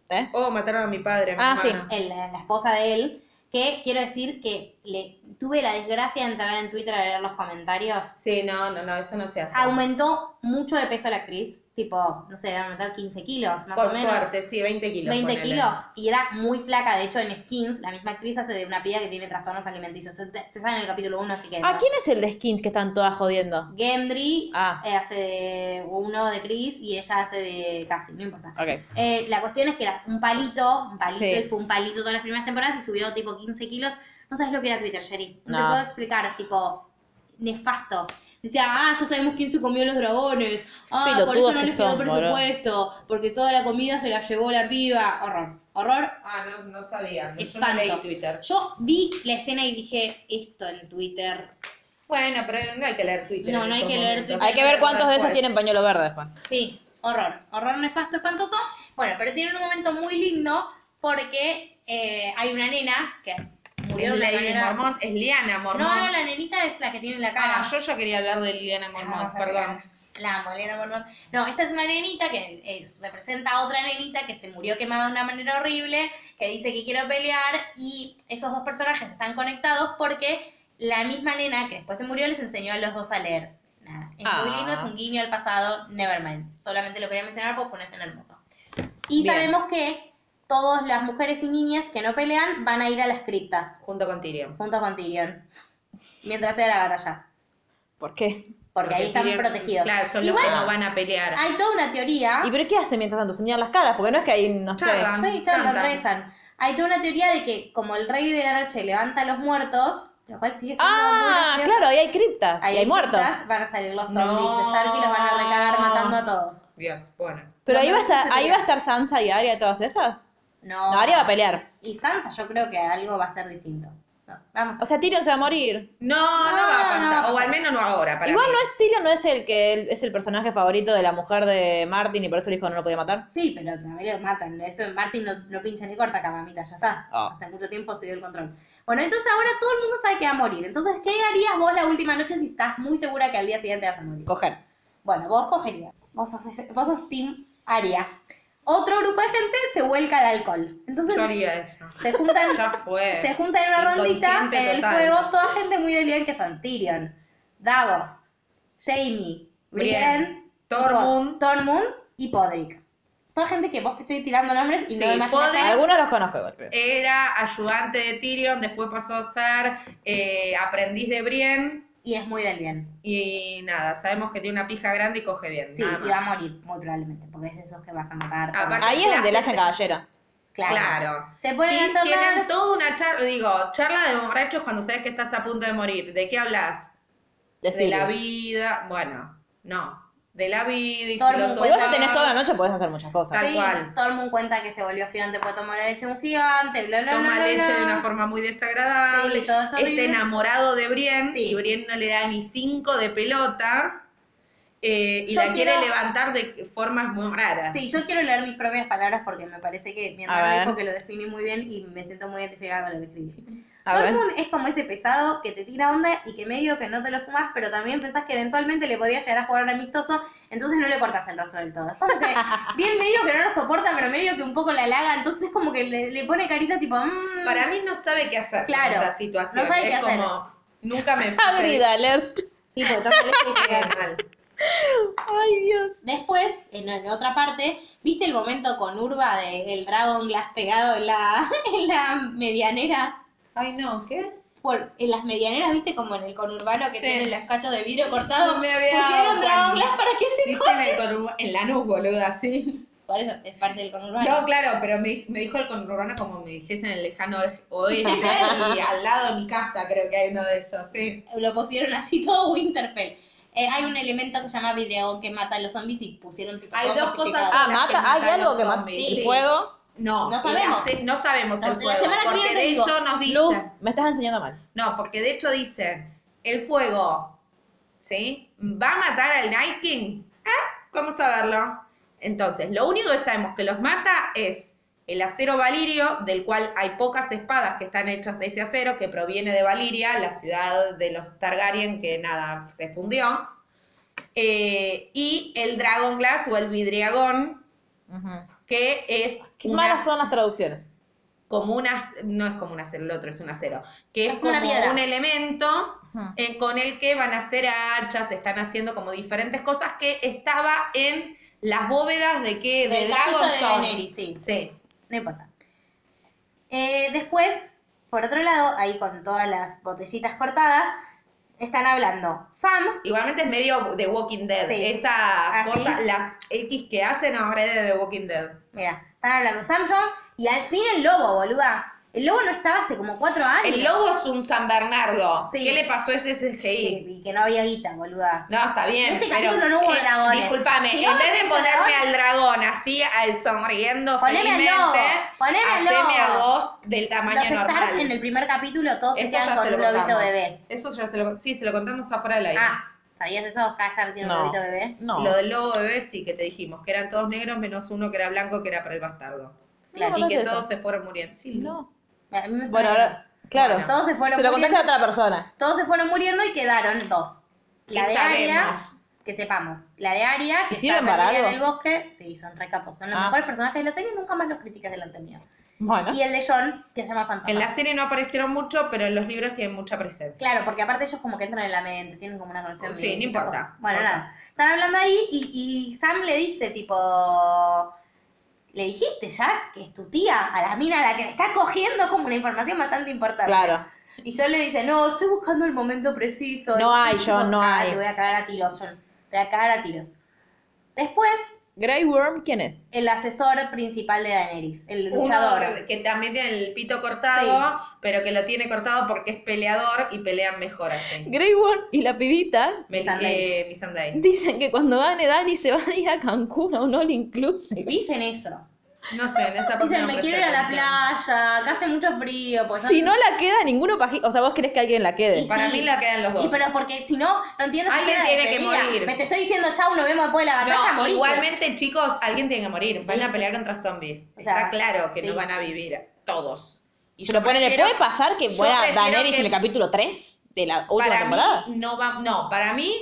¿Eh?
Oh, mataron a mi padre. a mi
Ah, sí.
hermano.
el- la esposa de él, que quiero decir que le tuve la desgracia de entrar en Twitter a leer los comentarios.
Sí, no, no, no, eso no se hace.
Ah, Aumentó mucho de peso la actriz, tipo, no sé, debe aumentar 15 kilos, más o
Por
menos.
suerte, sí, 20 kilos.
20
ponele.
kilos y era muy flaca. De hecho, en Skins, la misma actriz hace de una piba que tiene trastornos alimenticios. Se, se sabe en el capítulo 1, así que.
¿A
no.
Ah, quién es el de Skins que están todas jodiendo?
Gendry
Ah.
eh, hace de uno de Chris y ella hace de Cassie, no importa.
Ok.
Eh, la cuestión es que era un palito, un palito
Sí.
y fue un palito todas las primeras temporadas y subió tipo 15 kilos. No sabes lo que era Twitter, Sherry. No,
No.
te puedo explicar, tipo, nefasto. Decía, ah, ya sabemos quién se comió los dragones. Ah, por eso
Pelotudos
no
que
les quedó
son, boludo.
presupuesto, porque toda la comida se la llevó la piba. Horror, horror,
Ah, no, no sabía. no, yo no
Espanto.
leí Twitter.
Yo vi la escena y dije esto en Twitter.
Bueno, pero no hay que leer Twitter.
No,
en
no hay
esos
que leer
momentos,
Twitter.
Hay que ver cuántos de esos
después.
tienen pañuelo verde después.
Sí, horror, horror nefasto, espantoso. Bueno, pero tiene un momento muy lindo porque eh, hay una nena que murió de una
Lady
manera...
Mormont, es Liana Mormont.
No, no, la nenita es la que tiene la cara.
Ah, yo ya quería hablar de Liana Mormont,
Vamos a
perdón.
llegar. La amo, Elena Mormont. No, esta es una nenita que eh, representa a otra nenita que se murió quemada de una manera horrible, que dice que quiero pelear y esos dos personajes están conectados porque la misma nena que después se murió les enseñó a los dos a leer. Nada, es muy
Ah.
lindo, es un guiño al pasado, Nevermind. Solamente lo quería mencionar porque fue una escena hermosa. Y
Bien.
sabemos que todas las mujeres y niñas que no pelean van a ir a las criptas,
Junto con Tyrion.
junto con Tyrion, mientras sea la batalla.
¿Por qué?
Porque, ahí están
Tyrion-
protegidos.
Claro, son los
Igual,
que no van a pelear.
hay toda una teoría.
¿Y pero qué hacen mientras tanto? ¿Señalan las caras? Porque no es que ahí, no sé.
Charlan.
Sí, charlan,
cantan.
rezan. Hay toda una teoría de que como el rey de la noche levanta a los muertos, lo cual sigue siendo
Ah,
muy gracioso,
claro, ahí hay criptas. y hay muertos.
quizás Van a salir los
No.
zombies de Stark y los van a recagar matando a todos.
Dios, bueno.
Pero
No,
ahí,
no,
va a
no se
estar, ahí
pelea.
va a estar Sansa y Arya, todas esas.
No.
No, Arya va a pelear.
Y Sansa yo creo que algo va a ser distinto. No sé, vamos.
O sea, Tyrion se va a morir.
No, no, va a
no,
pasar.
no.
o al menos no ahora. Para
Igual
mí.
no es Tyrion, no es el que él- es el personaje favorito de la mujer de Martin y por eso el hijo no lo podía matar.
Sí, pero también los matan. Eso Martin no, no pincha ni corta acá, mamita, ya está.
Ah.
Hace mucho tiempo se dio el control. Bueno, entonces ahora todo el mundo sabe que va a morir. Entonces, ¿qué harías vos la última noche si estás muy segura que al día siguiente vas a morir?
Coger.
Bueno, vos cogerías. Vos sos, ese- vos sos Team Aria. Otro grupo de gente se vuelca al alcohol. Entonces
Yo haría eso.
se juntan,
Ya fue.
se juntan en una rondita en
Inconsciente
el
total.
juego toda gente muy delirante que son Tyrion, Davos, Jamie, Brienne,
Brienne, Tormund.
y Po- Tormund y Podrick. Toda gente que vos te estoy tirando nombres y
Sí,
no me imaginas
Podrick-
nada.
Algunos los conozco igual,
Eh,
creo.
Era ayudante de Tyrion, después pasó a ser eh, aprendiz de Brienne.
y es muy del bien.
Y nada, sabemos que tiene una pija grande y coge bien.
Sí,
nada más.
y va a morir, muy probablemente, porque es de esos que vas a matar.
Aparte-
Ahí es donde le hacen caballero.
claro.
Claro.
Se ponen a
Y tienen
charlar.
toda una charla, digo, charla de borrachos cuando sabes que estás a punto de morir. ¿De qué hablas?
De
De la
Sirius.
vida. Bueno, no. De la vida y
Todo el mundo
filosofía.
Igual si tenés toda la noche podés hacer muchas cosas.
Tal
Sí,
cual.
Todo el mundo cuenta que se volvió gigante, puede tomar la leche de un gigante, bla, bla,
Toma
bla, bla,
leche
bla.
de una forma muy desagradable.
Sí, todo es horrible.
Está enamorado de Brienne
Sí.
y Brienne no le da ni cinco de pelota. eh, y
Yo
la quiere
quiero-
levantar de formas muy raras.
Sí, yo quiero leer mis propias palabras porque me parece que mi
A
hermano
ver.
dijo que lo definí muy bien y me siento muy identificada con lo que escribí.
A ver.
Tormund es como ese pesado que te tira onda y que medio que no te lo fumas, pero también pensás que eventualmente le podría llegar a jugar un amistoso, entonces no le cortas el rostro del todo. Es como que bien medio que no lo soporta, pero medio que un poco la halaga, entonces es como que le, le pone carita tipo... "Mm".
Para mí no sabe qué hacer
Claro.
en esa situación.
No sabe
es
qué hacer.
como, nunca me
Hagrid alert.
Sí, porque toma leche y se queda
Qué mal.
Ay, Dios.
Después, en, en otra parte, ¿viste el momento con Urba del Dragon Glass pegado en la, en la medianera?
Ay, no, ¿qué?
Por, en las medianeras, ¿viste como en el conurbano que
Sí.
tienen los cachos de vidrio cortados?
No me había dado
Pusieron Dragon
cuenta.
Glass para que se
Dicen el conurba- en Lanús, boluda, sí.
Por eso es parte del conurbano.
No, claro, pero me, me dijo el conurbano como me dijesen el lejano oeste y al lado de mi casa creo que hay uno de esos, sí.
Lo pusieron así todo Winterfell. Eh, hay un elemento que se llama vidriagón que mata a los zombies y pusieron tipo
Hay
todo
dos cosas.
justificado.
Ah,
Las que
mata.
matan
Hay algo
los
que mata.
zombies,
¿Y
sí.
fuego?
No,
No
y
sabemos.
la se- no sabemos
La-
el
la
juego.
semana que
porque
viene te
de
digo.
hecho nos dicen.
Luz, me estás enseñando mal.
No, porque de hecho dicen, el fuego, ¿sí? ¿Va a matar al Night King? ¿Ah? ¿Cómo saberlo? Entonces, lo único que sabemos que los mata es el acero valirio, del cual hay pocas espadas que están hechas de ese acero, que proviene de Valiria, la ciudad de los Targaryen, que nada, se fundió. Eh, y el Dragon Glass o el Vidriagón,
Ujú.
que es
Qué
una-
malas son las traducciones.
como una, no es como un acero, el otro es un acero, que es
como una
como
piedra.
un elemento
Ujú.
eh, con el que van a hacer hachas, están haciendo como diferentes cosas que estaba en las bóvedas de que de
Del castillo de
Dragonstone.
Daenerys, sí.
Sí.
No importa. Eh, después, por otro lado, ahí con todas las botellitas cortadas, están hablando Sam.
Igualmente es medio de Walking Dead.
Sí.
Esa
Así.
cosa, las X que hacen ahora es de The Walking Dead.
Mira, están hablando Sam John y al fin el lobo, boluda. El lobo no estaba hace como cuatro años.
El lobo es un San Bernardo.
Sí.
¿Qué le pasó a ese CGI?
Y que no había guita, boluda.
No, está bien.
En este
pero-
capítulo no hubo dragones.
Disculpame,
Si no
en vez de
hubiese
ponerme
dragón-
al dragón así, al sonriendo
Poneme al
felizmente,
lobo, poneme al
haceme a
lobo.
vos del tamaño
Los Stark
normal.
en el primer capítulo todos se
Esto
quedan
ya
con
se
un
lo
lobito
contamos.
bebé.
Eso ya se lo, sí, se lo contamos afuera del aire.
Ah, ¿sabías eso? Cada Stark tiene un
No.
lobito bebé.
No.
Lo del lobo bebé sí que te dijimos, que eran todos negros menos uno que era blanco, que era para el bastardo. Claro, y
contaste
que
eso?
todos se fueron muriendo. Sí,
No.
A mí me suena
Bueno,
bien.
ahora, claro.
Pues Bueno,
todos se fueron
Se lo
muriendo.
contaste a otra persona.
Todos se fueron muriendo y quedaron dos. La
¿Qué
de Aria,
sabemos?
que sepamos. La de Aria, que
¿Y sirven
está perdida
varado?
en el bosque. Sí, son recapos. Son los
Ah.
mejores personajes de la serie, nunca más los criticas delante mío.
Bueno.
Y el de John, que se llama Fantasma.
En la serie no aparecieron mucho, pero en los libros tienen mucha presencia.
Claro, porque aparte ellos como que entran en la mente, tienen como una conexión.
Sí, no
mística,
importa.
cosas. Bueno,
Cosas.
nada. Están hablando ahí y, y Sam le dice, tipo, ¿le dijiste ya que es tu tía a la mina a la que le está cogiendo como una información bastante importante?
Claro.
Y John le dice, no, estoy buscando el momento preciso.
No
Y
hay,
tipo,
John, no
"Ah,
hay".
Te voy a cagar a tiros, John. Te voy a cagar a tiros. Después,
Grey Worm, ¿quién es?
el asesor principal de Daenerys, el
Uno
luchador.
que también tiene el pito cortado, pero que lo tiene cortado porque es peleador y pelean mejor así.
Grey Worm y la pibita
Me-
Miss Sunday.
eh, Miss Sunday.
dicen que cuando gane Dani se van a ir a Cancún a un All Inclusive.
Dicen eso.
No sé, en esa parte
Dicen,
no
me
presté
quiero ir a la
atención.
playa, acá hace mucho frío. Pues,
Si no la queda ninguno paji- O sea, vos querés que alguien la quede.
Y-
Para
Sí.
mí la quedan los dos.
Y pero porque si no, no entiendo si
Alguien
queda
tiene que
despedida.
morir.
Me te estoy diciendo, chau, nos vemos después de la
No,
batalla, morí.
igualmente, chicos, alguien tiene que morir. Van a pelear contra zombies.
O sea,
Está claro que
sí.
no van a vivir todos. Y
Pero ponele,
prefiero-
¿puede pasar que
yo
fuera
prefiero
Daenerys
que-
en el capítulo 3 de la última
para
temporada?
mí no va, no, para mí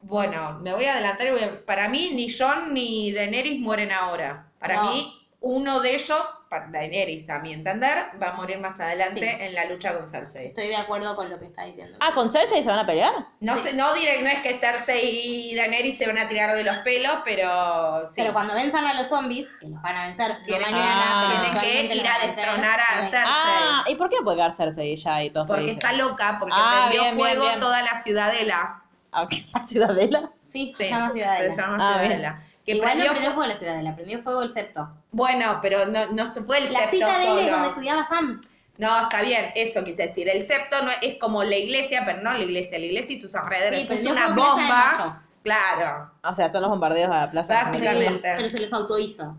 bueno, me voy a adelantar, y voy a- para mí ni John ni Daenerys mueren ahora. Para
No.
mí uno de ellos, pa- Daenerys a mi entender, va a morir más adelante
Sí.
en la lucha con Cersei.
Estoy de acuerdo con lo que está diciendo.
Ah, ¿con Cersei se van a pelear?
No sé, no diré, no es que Cersei y Daenerys se van a tirar de los pelos, pero sí.
Pero cuando venzan a los zombies, que los van a vencer no
Tienen-
mañana,
Ah.
pero
Tienen
eventualmente
que ir
los
a
van vencer,
destronar a
tienen-
Cersei.
Ah, ¿y por qué no puede quedar Cersei ya y todos
Porque
felices?
está loca, porque
Ah,
prendió
bien, bien,
fuego
bien.
toda la ciudadela.
Ah, ok, ¿La ciudadela?
Sí,
Sí,
se llama Ciudadela.
se llama
Ah, bien.
Ciudadela. Que
Igual
prendió
no prendió fuego la Ciudadela, prendió fuego el septo.
Bueno, pero no, no se puede el
La
septo
cita de él es
solo.
donde estudiaba Sam.
No, está bien, eso quise decir. El septo no es como la iglesia, pero no la iglesia, la iglesia y sus alrededores.
Sí,
es
prendió
una
fuego Plaza de
bomba.
Mayo.
Claro,
O sea, son los bombardeos a la plaza. de
Básicamente.
Mayo.
Claramente.
Pero se los autohizo.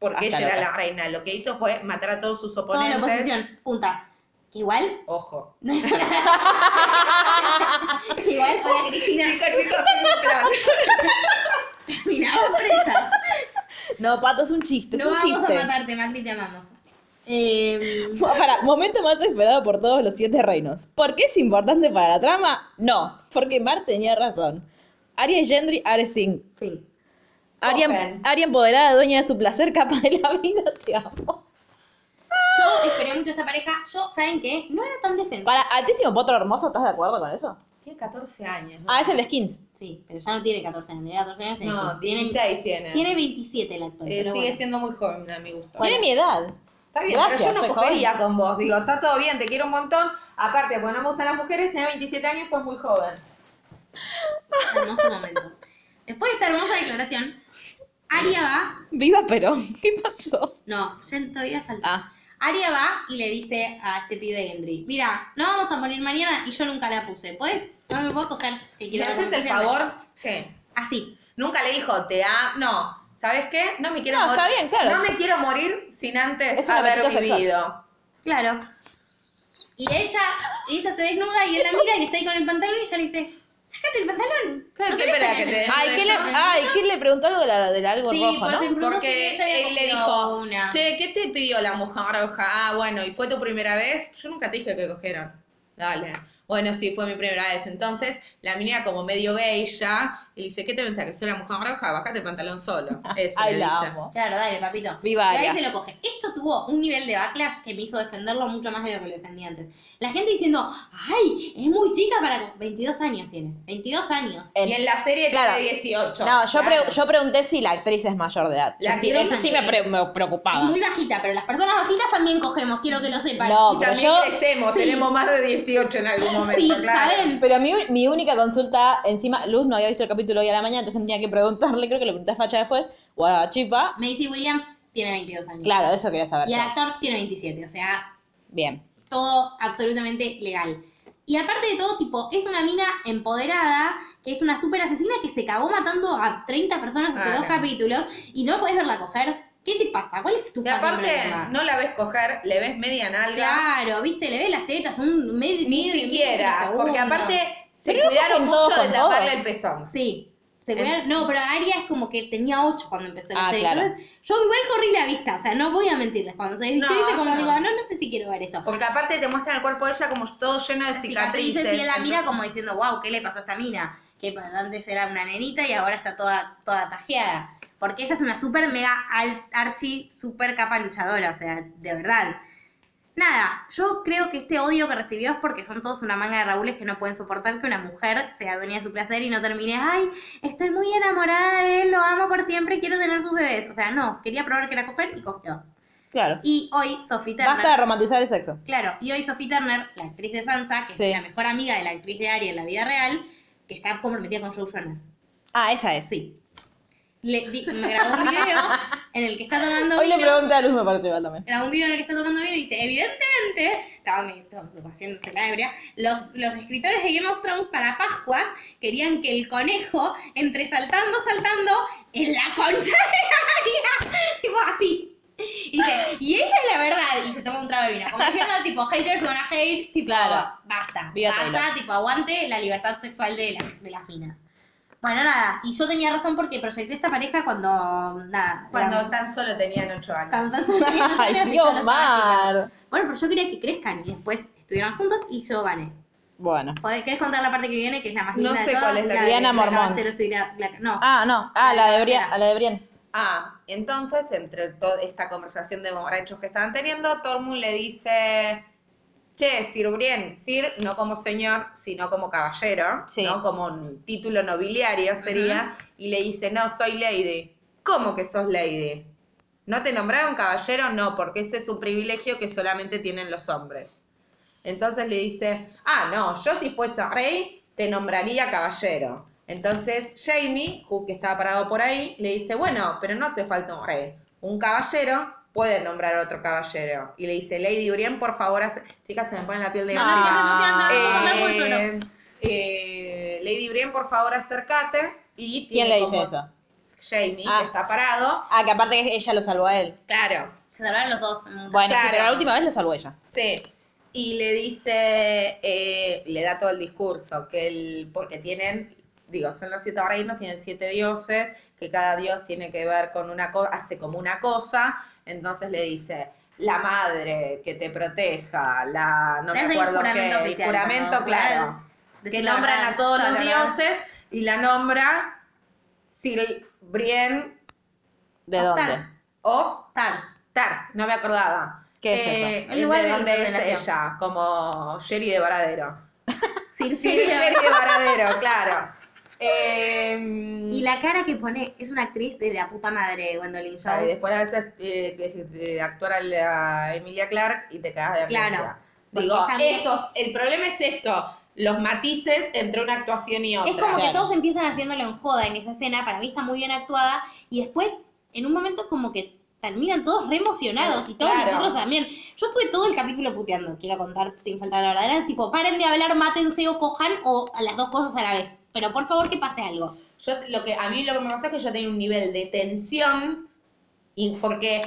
porque
Hasta
ella era
loca.
la reina. Lo que hizo fue matar a todos sus
Toda la
oponentes.
oposición, punta. Que Igual,
Ojo.
no hizo nada. Igual, Ana Cristina
Chicos, chicos, tengo un plan.
terminaba presa.
No, Pato, es un chiste, es
No
un
vamos
chiste.
a matarte, Macri, te amamos. Eh,
Para, momento más esperado por todos los siete reinos. ¿Por qué es importante para la trama? No, porque Mar tenía razón. Arya Gendry, Arya Singh.
fin.
Arya,
Open.
Arya empoderada, dueña de su placer, capaz de la vida, te amo.
Yo esperé mucho a esta pareja. Yo, ¿saben qué? No era tan defensiva.
Para, altísimo potro hermoso, ¿estás de acuerdo con eso?
Tiene 14 años. ¿no?
Ah, es el de Skins.
Sí, pero ya no tiene 14 años. Tiene 14 años.
no,
tiene
16 tiene.
Tiene 27 el actor.
Eh,
pero
sigue
bueno.
siendo muy joven a mi gusto.
Tiene mi edad.
Está bien,
Gracias,
pero yo
soy
no cogería con vos. Digo, está todo bien, te quiero un montón. Aparte, porque no me gustan las mujeres, tenés 27 años, sos muy joven.
Hermoso momento. Después de esta hermosa declaración, Aria va.
Viva Perón. ¿Qué pasó?
No, ya todavía falta.
Ah,
Aria va y le dice a este pibe Gendry: Mira, no vamos a morir mañana y yo nunca la puse. ¿Puedes? No me puedo coger. Que
¿Me
quiero hablar
haces
con
el
tu
favor? Sí.
Así.
Nunca le dijo, te amo. No, ¿sabes qué? No me quiero
No,
morir.
está bien, claro.
No me quiero morir sin antes
Es un
haber
apetito sexual.
vivido.
Claro. Y ella, y ella se desnuda y él la mira y está ahí con el pantalón y ella le dice, sácate el pantalón.
¿Qué
querés
esperás
salir?".
que te den
ay,
de
¿qué le,
yo?
ay, ¿qué le preguntó algo de la- del algo
Sí,
rojo,
por
no?
eso- Preguntó si
Porque
ella había
él le
cogido
dijo,
una.
che, ¿qué te pidió la mujer roja? Ah, bueno, ¿y fue tu primera vez? Yo nunca te dije que cogieran. Dale. Bueno, sí, fue mi primera vez. Entonces, la mina como medio gay ya, y le dice, ¿qué te pensás, que soy la mujer roja? Bájate el pantalón solo. Eso
Ay,
le
la
dice.
amo.
Claro, dale, papito.
Viva
y ahí
Aria.
se lo coge. Esto tuvo un nivel de backlash que me hizo defenderlo mucho más de lo que lo defendí antes. La gente diciendo, ay, es muy chica para... co-". 22 años tiene, 22 años.
Eh,
Y en la serie
Claro.
tiene 18.
No, yo,
Claro.
pre- yo pregunté si la actriz es mayor de edad. Yo
La
sí-
actriz
eso sí me, pre- me preocupaba.
Es muy bajita, pero las personas bajitas también cogemos, quiero que lo sepan.
No,
Y
pero
también
yo-
crecemos,
Sí.
tenemos más de 18 en algún momento,
Sí,
claro.
¿saben?
Pero mi, mi única consulta, encima, Luz no había visto el capítulo hoy a la mañana, entonces tenía que preguntarle, creo que le pregunté a Facha después, o a Chipa.
Macy Williams tiene 22 años.
Claro, eso quería saber.
Y el
yo.
actor tiene 27, o sea,
Bien.
todo absolutamente legal. Y aparte de todo, tipo, es una mina empoderada, que es una super asesina que se cagó matando a 30 personas hace
Claro.
dos capítulos y no podés verla coger. ¿Qué te pasa? ¿Cuál es tu
Y
fucking
aparte,
problema?
no la ves coger, le ves media nalga.
Claro, viste, le ves las tetas un medio
Ni siquiera, porque aparte se
Pero no
cuidaron
cogen todos
mucho de
con
taparle
todos.
el pezón.
Sí, se cuidaron. No, pero Arya es como que tenía 8 cuando empezó la
Ah,
serie.
claro.
Entonces, yo igual corrí la vista, o sea, no voy a mentirles. Cuando se desvistió
No,
hice como
yo
digo,
no.
no, no sé si quiero ver esto.
Porque aparte te muestran el cuerpo de ella como todo lleno de cicatrices.
cicatrices y él la mira como diciendo, wow, ¿qué le pasó a esta mina? Que antes era una nenita y ahora está toda, toda tajeada. Porque ella es una super mega al- archi, super capa luchadora, o sea, de verdad. Nada, yo creo que este odio que recibió es porque son todos una manga de Raúles que no pueden soportar que una mujer sea dueña de su placer y no termine, ay, estoy muy enamorada de él, lo amo por siempre, quiero tener sus bebés. O sea, no, quería probar que era coger y cogió.
Claro.
Y hoy Sofía Turner-
Basta de romantizar el sexo.
Claro, y hoy Sophie Turner, la actriz de Sansa, que
Sí.
es la mejor amiga de la actriz de Arya en la vida real, que está comprometida con Joe Jonas.
Ah, esa es.
Sí. Le, di- me grabó un video en el que está tomando
Hoy le
vino.
pregunté a Luz, me pareció igual también.
Grabó un video en el que está tomando vino y dice, evidentemente, estaba estaba haciéndose la ebria, los, los escritores de Game of Thrones para Pascuas querían que el conejo entre saltando, saltando, en la concha de Arya, tipo así. Y dice, y esa es la verdad. Y se toma un trago de vino. Como diciendo, tipo, haters gonna hate, tipo,
Claro.
basta.
Viva
basta,
Taylor.
tipo, aguante la libertad sexual de, la- de las minas. Bueno, nada, y yo tenía razón porque proyecté esta pareja cuando, nada,
Cuando
eran-
tan solo tenían ocho años.
cuando tan solo tenía ocho
Ay,
años y yo no
Dios,
estaba chica.
Mar.
Bueno, pero yo quería que crezcan y después estuvieran juntos y yo gané.
Bueno.
Podés- ¿Querés contar la parte que viene, que es la más
No
linda
sé
de todas?
cuál es la
de-
Diana Mormont.
caballeros y la- la- no,
Ah, no. Ah, la de Brian. A la de Brian.
Ah, entonces, entre toda esta conversación de borrachos que estaban teniendo, Tormund le dice, che, Sir Brien, Sir no como señor, sino como caballero,
Sí.
¿no? Como un título nobiliario sería, y le dice, no, soy lady. ¿Cómo que sos lady? ¿No te nombraron caballero? No, porque ese es un privilegio que solamente tienen los hombres. Entonces le dice, ah, no, yo si fuese rey, te nombraría caballero. Entonces Jamie, que estaba parado por ahí, le dice, bueno, pero no hace falta un rey. Un caballero puede nombrar otro caballero. Y le dice, Lady Urien, por favor, hace... chicas, se me pone la piel de
No, no,
gallina.
no, no, no, no, no, no, no, no, no.
ah, Eh, eh, Lady Urien, por favor, acércate. Y
¿Quién
tiene
le dice
como
eso?
Jamie,
Ah.
que está parado.
Ah, que aparte ella lo salvó a él.
Claro,
se salvaron los dos. en un-
Bueno, sí,
Claro.
pero la última vez lo salvó ella.
Sí. Y le dice, eh, le da todo el discurso, que el, porque tienen, digo, son los siete reinos, tienen siete dioses, que cada dios tiene que ver con una cosa, hace como una cosa, entonces le dice, la madre que te proteja, la, no
Le
me
hace el
acuerdo qué,
juramento
el
oficial,
juramento,
¿no?
claro,
Decir
que
la
nombran
verdad,
a todos
toda
los
la verdad.
dioses y la nombra Sir Brien
¿De
Ah,
dónde?
está.
of
Tar.
Tar, no me acordaba.
¿Qué es
Eh,
eso? El lugar
de
de
donde es
interpretación.
ella, como Sherry de Varadero.
Sir
Sí,
Tyrion.
Sherry de Varadero, claro. Em,
Y la cara que pone es una actriz de la puta madre, Gwendolyn
ah, y
Jones.
después a veces eh, que- eh, actuar a la Emilia Clark y te cagas de
Claro.
angustia.
Porque
Digo,
también-
esos, el problema es eso, los matices entre una actuación y otra.
Es como que
Claro.
todos empiezan haciéndolo en joda en esa escena, para mí está muy bien actuada, y después, en un momento como que terminan todos re emocionados, y todos
Claro.
nosotros también. Yo estuve todo el capítulo puteando, quiero contar sin faltar la verdad, era tipo, paren de hablar, mátense o cojan, o a las dos cosas a la vez, pero por favor que pase algo.
Yo lo que a mí lo que me pasa es que yo tenía un nivel de tensión y porque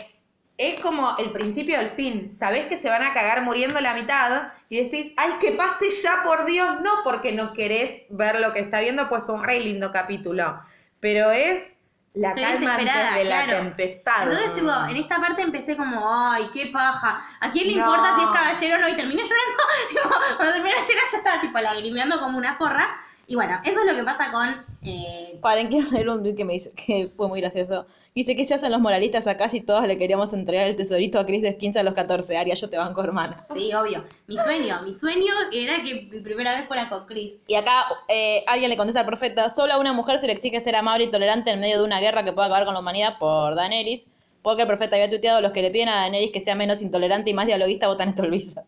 es como el principio del fin. Sabés que se van a cagar muriendo la mitad y decís, ay, que pase ya, por Dios, no porque no querés ver lo que está viendo, pues un re lindo capítulo. Pero es la
Estoy
calma antes
desesperada,
de la
claro.
tempestad.
Entonces, tipo, en esta parte empecé como, ay, qué paja, ¿a quién le
No.
importa si es caballero o no? Y terminé llorando, tipo, cuando terminé la escena ya estaba, tipo, lagrimeando como una forra, y bueno, eso es lo que pasa con... eh,
Paren, quiero leer un tweet que me dice que fue muy gracioso. Dice, ¿qué se hacen los moralistas acá si todos le queríamos entregar el tesorito a Chris de 15 a los 14? Aria, yo te banco, hermana.
Sí, obvio. Mi sueño, mi sueño era que mi primera vez fuera con Chris.
Y acá eh, alguien le contesta al profeta, solo a una mujer se le exige ser amable y tolerante en medio de una guerra que pueda acabar con la humanidad por Daenerys, porque el profeta había tuiteado, los que le piden a Daenerys que sea menos intolerante y más dialoguista votan esto Luisa.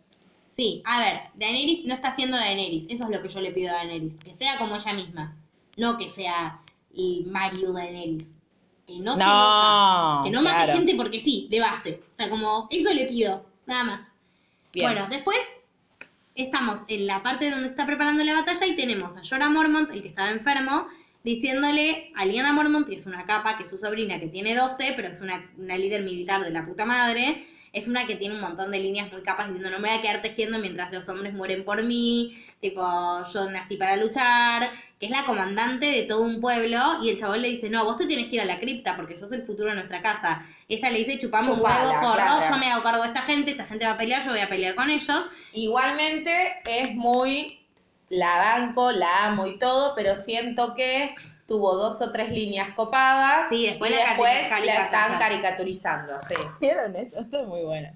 Sí, a ver, Daenerys no está siendo Daenerys. Eso es lo que yo le pido a Daenerys. Que sea como ella misma. No que sea el Mario Daenerys. Que no,
No,
se enoja. Que no mate
claro.
gente porque sí, de base. O sea, como, eso le pido. Nada más.
Bien.
Bueno, después estamos en la parte donde se está preparando la batalla y tenemos a Jorah Mormont, el que estaba enfermo, diciéndole a Liana Mormont, que es una capa, que es su sobrina, que tiene 12, pero es una, una líder militar de la puta madre, es una que tiene un montón de líneas muy capas diciendo no me voy a quedar tejiendo mientras los hombres mueren por mí, tipo yo nací para luchar, que es la comandante de todo un pueblo y el chabón le dice, no, vos te tienes que ir a la cripta porque sos el futuro de nuestra casa. Ella le dice, chupamos un
Chupala,
huevo, forro,
claro.
yo me hago cargo de esta gente, esta gente va a pelear, yo voy a pelear con ellos.
Igualmente es muy, la banco, la amo y todo, pero siento que tuvo dos o tres líneas copadas
Sí, después
y
la
después
carica-
la están
caricaturizan.
caricaturizando, sí.
¿Vieron esto? Esto es muy bueno.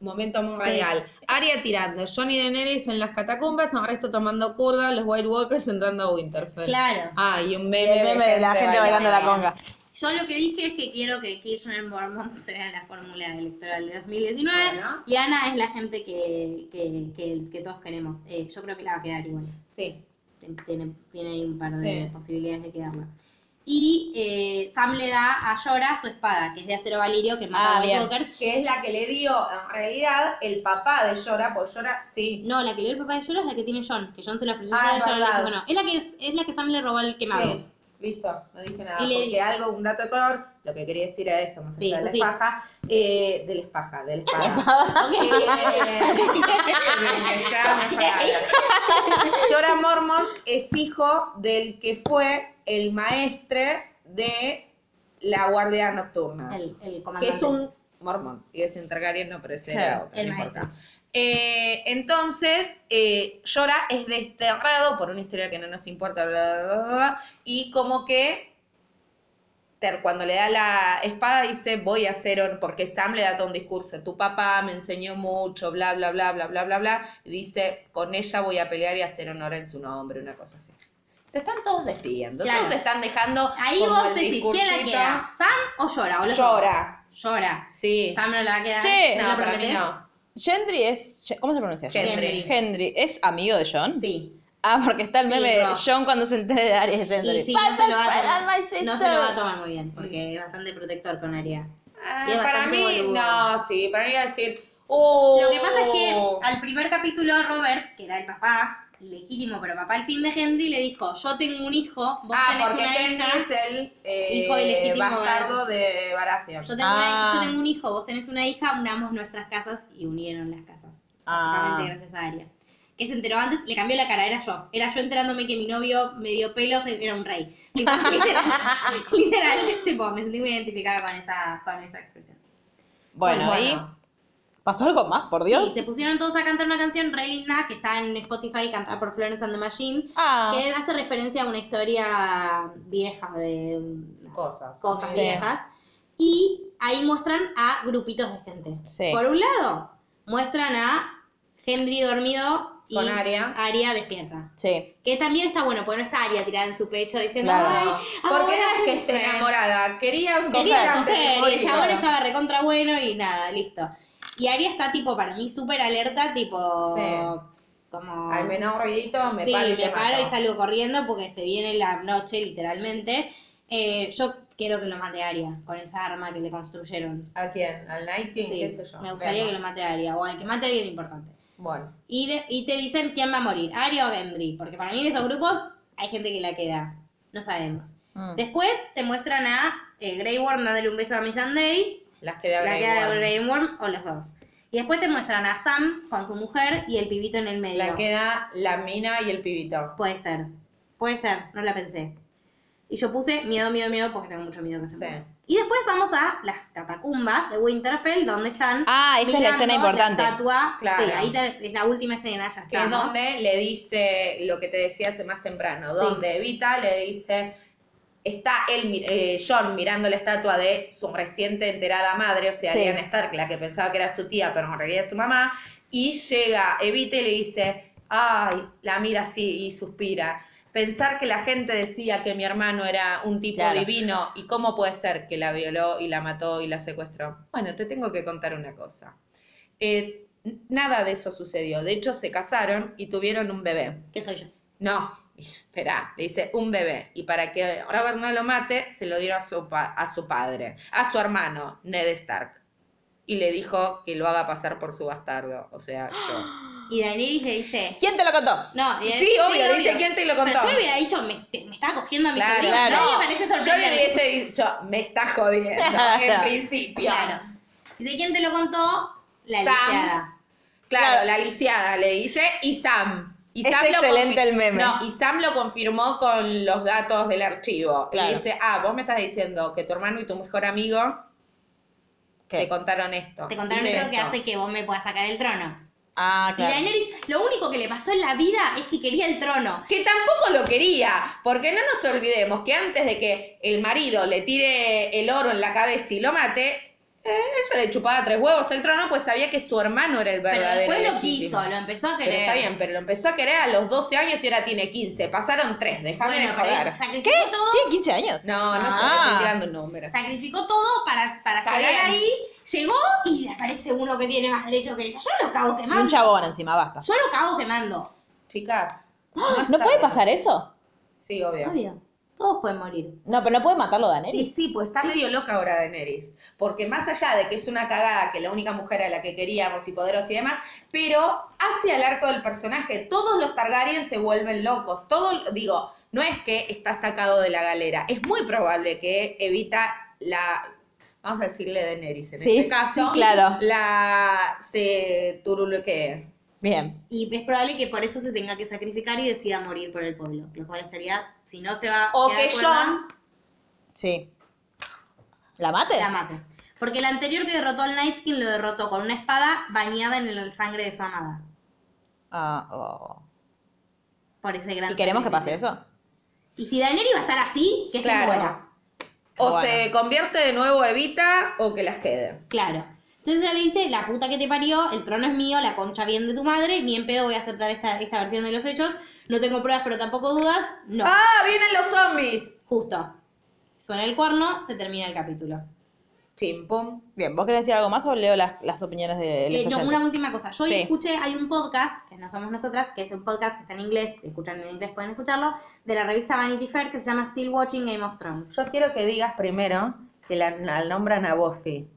Momento muy real. Aria tirando, Johnny Daenerys en las catacumbas, Arresto tomando curda, los White Walkers entrando a Winterfell.
Claro.
Ah, y un meme,
El meme de la gente Este, bailando la conga.
Yo lo que dije es que quiero que Kirchner Mormont se vea en la fórmula electoral de 2019.
Bueno.
Y Ana es la gente que, que, que, que todos queremos. Eh, yo creo que la va a quedar igual.
Sí.
Ten- Tiene, tiene ahí un par de
Sí.
posibilidades de quedarla. Y eh, Sam le da a Llora su espada, que es de acero valirio, que mata
Ah,
a White
bien.
Walkers.
Que es la que le dio, en realidad, el papá de Llora, porque Llora, sí.
No, la que le dio el papá de Llora es la que tiene John, que John se la ofreció
Ah,
a Llora y Llora le dijo que
verdad.
no. Es la que, es la que Sam le robó el quemado.
Sí, listo, no dije nada.
Y le-
porque algo, un dato de color, lo que quería decir era esto, más allá
Sí,
de
sí,
la
sí.
espaja, eh, de la espaja, de la espaja. Eh, eh, ya me sacaba. Jorah Mormont es hijo del que fue el maestre de la guardia nocturna.
El, el
que
comandante.
es un mormón, iba a decir un Targaryen, no, pero ese
Sí,
era otro,
el
no importa.
maestro.
Eh, entonces, eh, Llora es desterrado por una historia que no nos importa, bla, bla, bla, bla, y como que Ter, cuando le da la espada dice, voy a hacer, hon- porque Sam le da todo un discurso, tu papá me enseñó mucho, bla, bla, bla, bla, bla, bla, bla, y dice, con ella voy a pelear y hacer honor en su nombre, una cosa así. Se están todos despidiendo,
Claro.
todos se están dejando
Ahí
como
vos
el
decís, ¿quién la
discursito.
queda? ¿Sam o Llora? O los
Llora,
dos? Llora.
sí.
Sam no la va a quedar.
Che,
¿Me
No,
lo
para mí
prometés?
no.
Gendry es. ¿Cómo se pronuncia?
Gendry.
Gendry. ¿Es amigo de John?
Sí.
Ah, porque está el meme
Sí,
de
no.
John cuando se entere de Arya y Gendry.
Y sí,
Bye,
no se, lo va
bye, bye,
a
my
tomar,
sister.
no se lo va a tomar muy bien, porque es bastante protector con Aria.
Ah,
Y es
para
bastante
mí,
boludo.
no, sí, para mí iba a decir, oh.
Lo que pasa es que al primer capítulo Robert, que era el papá, legítimo, pero papá al fin de Henry, le dijo, yo tengo un hijo, vos
Ah,
tenés
porque
una
Henry
hija,
es el eh,
hijo ilegítimo de-
bastardo de Baratheon.
yo tengo,
Ah.
una- yo tengo un hijo, vos tenés una hija, unamos nuestras casas y unieron las casas.
Ah.
Básicamente gracias a Aria. Que se enteró antes, le cambió la cara, era yo. Era yo enterándome que mi novio medio pelo se- era un rey. Tipo, literal, literal, tipo, me sentí muy identificada con esa, con esa expresión.
Ah, Bueno,
Bueno.
¿y pasó algo más, por Dios?
Sí, se pusieron todos a cantar una canción re linda que está en Spotify, cantada por Florence and the Machine,
Ah,
que hace referencia a una historia vieja de um,
Cosas.
cosas
Sí.
viejas. Y ahí muestran a grupitos de gente.
Sí.
Por un lado, muestran a Henry dormido y
Con Arya.
Arya despierta.
sí.
Que también está bueno, porque no está Aria tirada en su pecho diciendo,
Claro.
ay,
Porque
ahora
no es que este
sí".
esté enamorada, quería
Quería
antes de
coger, y
morir.
el chabón estaba recontra bueno y nada, listo. Y Aria está tipo, para mí, súper alerta, tipo,
Sí.
como...
Al menor ruidito me
sí,
paro y
me
te
paro y
mato.
salgo corriendo porque se viene la noche, literalmente. Eh, yo quiero que lo mate Aria, con esa arma que le construyeron.
¿A quién? ¿Al Nighting?
Sí,
¿Qué sé yo?
me gustaría
Veamos.
que lo mate Aria, o al que mate a alguien importante.
Bueno.
Y, de- y te dicen quién va a morir, Aria o Gendry, porque para mí en esos grupos hay gente que la queda, no sabemos.
Mm.
Después te muestran a eh, Grey Worm dándole un beso a Miss Sunday,
Las que de
la
Grey
queda de
Worm.
Grey Worm o los dos. Y después te muestran a Sam con su mujer y el pibito en el medio.
La queda la mina y el pibito.
Puede ser, puede ser, no la pensé. Y yo puse miedo, miedo, miedo porque tengo mucho miedo que se
Sí.
muera. Y después vamos a las catacumbas de Winterfell, donde están.
Ah, esa es la
mirando
escena importante.
La estatua.
Claro.
Sí, ahí te- es la última escena, ya
que es
estamos.
donde le dice lo que te decía hace más temprano,
Sí.
donde Evita le dice, está él, mi- eh, John mirando la estatua de su reciente enterada madre, o sea,
Sí.
Ariana Stark, la que pensaba que era su tía, pero en realidad es su mamá, y llega Evita y le dice, ay, la mira así y suspira. Pensar que la gente decía que mi hermano era un tipo
Claro.
divino y cómo puede ser que la violó y la mató y la secuestró. Bueno, te tengo que contar una cosa. Eh, n- nada de eso sucedió. De hecho, se casaron y tuvieron un bebé.
Que soy yo.
No, espera, le dice un bebé. Y para que Robert no lo mate, se lo dieron a su, pa- a su padre, a su hermano, Ned Stark. Y le dijo que lo haga pasar por su bastardo, o sea, yo.
Y Daenerys le dice.
¿Quién te lo contó?
No, y
Sí,
Daenerys-
obvio, le dice, ¿quién te lo contó?
Pero yo le hubiera dicho, me, te- me estaba cogiendo a mi
Claro,
sobrino.
claro.
Nadie parece
Yo le
sorprendente.
hubiese dicho, me está jodiendo, en
Claro.
principio.
Claro. Dice, ¿quién te lo contó? La
Sam.
lisiada.
Claro,
Claro.
la lisiada le dice y Sam. Y
Es
Sam lo
excelente
confi-
el meme.
No, y Sam lo confirmó con los datos del archivo. Y
Claro.
le dice, ah, vos me estás diciendo que tu hermano y tu mejor amigo
¿Qué?
te contaron esto.
Te contaron
Dice
eso que
esto.
hace que vos me puedas sacar el trono.
Ah,
Y
claro.
Daenerys, lo único que le pasó en la vida es que quería el trono.
Que tampoco lo quería, porque no nos olvidemos que antes de que el marido le tire el oro en la cabeza y lo mate, eh, ella le chupaba tres huevos el trono, pues sabía que su hermano era el
Pero
verdadero.
después lo
legítimo.
quiso, lo empezó a
Pero
querer.
está bien, pero lo empezó a querer a los 12 años y ahora tiene 15. Pasaron 3, déjame
Bueno,
de
pero
joder.
sacrificó
¿Qué?
todo,
¿Tiene 15 años?
No, no sé,
Ah.
le estoy tirando un número.
sacrificó todo para, para
Está
llegar
bien.
ahí. Llegó y aparece uno que tiene más derecho que ella. Yo lo cago
Y un
quemando.
chabón encima, basta.
Yo lo cago quemando.
Chicas.
¿No
está
puede
bien.
pasar eso?
Sí, obvio.
Obvio. Todos pueden morir.
No, pero no puede matarlo
Y
Daenerys.
sí, pues está medio loca ahora Daenerys. Porque más allá de que es una cagada, que la única mujer a la que queríamos y poderosa y demás, pero hace al arco del personaje. Todos los Targaryen se vuelven locos. Todo, digo, no es que está sacado de la galera. Es muy probable que evita la. Vamos a decirle Daenerys en
Sí,
este caso.
sí, claro.
La. Se turuluquee.
Bien.
Y es probable que por eso se tenga que sacrificar y decida morir por el pueblo. Lo cual estaría, si no se va
O
quedar
que
cuerda,
John.
Sí. ¿La mate?
la mate. Porque el anterior que derrotó al Night King lo derrotó con una espada bañada en el sangre de su amada.
Ah, oh.
Por ese gran
¿Y queremos que pase
sacrificio.
eso?
Y si Daenerys va a estar así, que
Claro.
se muera.
O
Bueno.
se convierte de nuevo Evita o que las quede.
Claro. Entonces ella le dice, la puta que te parió, el trono es mío, la concha bien de tu madre, ni en pedo voy a aceptar esta, esta versión de los hechos, no tengo pruebas pero tampoco dudas, no.
¡Ah! ¡Vienen los zombies!
Justo. Suena el cuerno, se termina el capítulo.
Chim, pum.
Bien, ¿vos querés decir algo más o leo las, las opiniones de los
Eh, yo,
oyentes?
una última cosa. Yo hoy
Sí.
escuché, hay un podcast, que no somos nosotras, que es un podcast que está en inglés, si escuchan en inglés pueden escucharlo, de la revista Vanity Fair que se llama Still Watching Game of Thrones.
Yo quiero que digas primero que la, la nombran a Buffy.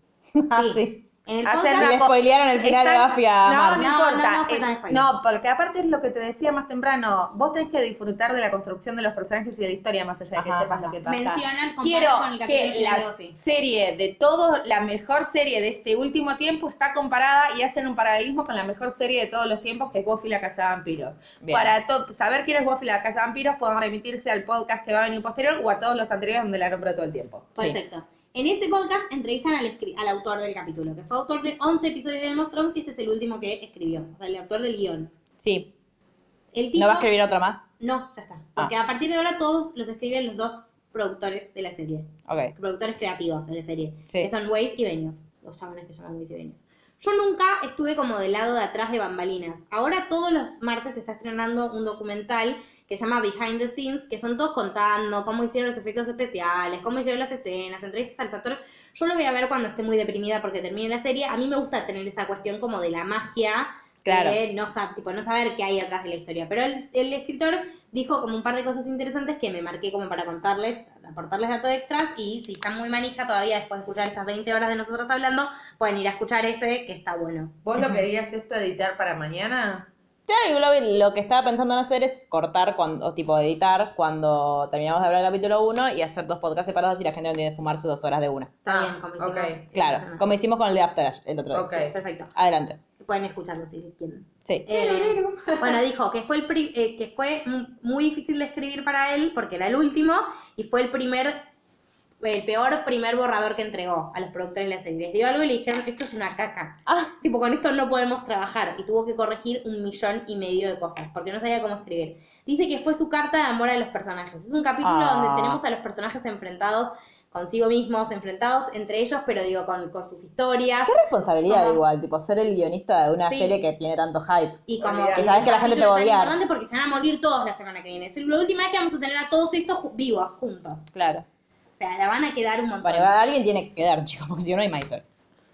Ah,
Sí.
sí.
En el
Hacen
podcast,
Le
una co-
spoilearon el final
Están-
de Buffy a
No,
Marvel.
No,
no,
no,
importa.
no fue tan
Eh,
spoiler.
no, porque aparte es lo que te decía más temprano. Vos tenés que disfrutar de la construcción de los personajes y de la historia más allá de que
Ajá,
sepas
ajá.
lo que pasa.
mencionan comparan
Quiero
con el capítulo
que
de
la
Buffy.
serie de todo, la mejor serie de este último tiempo está comparada y hacen un paralelismo con la mejor serie de todos los tiempos que es Buffy la Casa de Vampiros.
Bien.
Para to- saber quién es Buffy la Casa de Vampiros pueden remitirse al podcast que va a venir posterior o a todos los anteriores donde la nombro todo el tiempo.
Sí.
Perfecto. En ese podcast entrevistan al, escri- al autor del capítulo, que fue autor de 11 episodios de Game of Thrones y este es el último que escribió, o sea, el autor del guión.
Sí.
El tipo,
¿No va a escribir Ah. otra más?
No, ya está. Porque a partir de ahora todos los escriben los dos productores de la serie,
Ok.
productores creativos de la serie,
Sí.
que son Weiss y Benioff, los chabones que se llaman Weiss y Benioff. Yo nunca estuve como del lado de atrás de bambalinas. Ahora todos los martes se está estrenando un documental que se llama Behind the Scenes, que son todos contando cómo hicieron los efectos especiales, cómo hicieron las escenas, entrevistas a los actores. Yo lo voy a ver cuando esté muy deprimida porque termine la serie. A mí me gusta tener esa cuestión como de la magia,
Claro.
de no, sa- tipo, no saber qué hay atrás de la historia. Pero el, el escritor dijo como un par de cosas interesantes que me marqué como para contarles, aportarles datos extras y si están muy manija todavía después de escuchar estas 20 horas de nosotros hablando, pueden ir a escuchar ese que está bueno.
¿Vos lo querías esto editar para mañana?
Ya, yo lo, lo que estaba pensando en hacer es cortar, cuando, o tipo editar, cuando terminamos de hablar el capítulo 1 y hacer dos podcasts separados y la gente no tiene que fumar sus dos horas de una.
Está
Ah,
bien, como hicimos.
ok.
esta
Claro,
semana.
como hicimos con el de Afterlash el otro día.
Ok.
Sí, perfecto.
Adelante.
Pueden escucharlo si quieren.
Sí.
Eh, bueno, dijo que fue, el pri- eh, que fue mu- muy difícil de escribir para él porque era el último y fue el primer, el peor primer borrador que entregó a los productores de la serie. Les dio algo y le dijeron, esto es una caca.
Ah,
Tipo, con esto no podemos trabajar. Y tuvo que corregir un millón y medio de cosas porque no sabía cómo escribir. Dice que fue su carta de amor a los personajes. Es un capítulo
Ah.
donde tenemos a los personajes enfrentados consigo mismos, enfrentados entre ellos, pero digo, con, con sus historias.
qué responsabilidad
Ajá.
igual, tipo ser el guionista de una
Sí.
serie que tiene tanto hype.
Y como
Olvidate.
es
Sabes
un
que la gente te va a
capítulo tan
odiar.
importante porque se van a morir todos la semana que viene. Es la última vez que vamos a tener a todos estos ju- vivos juntos.
Claro.
O sea, la van a quedar un montón.
Bueno, igual alguien tiene que quedar, chicos, porque si no, no hay más historia.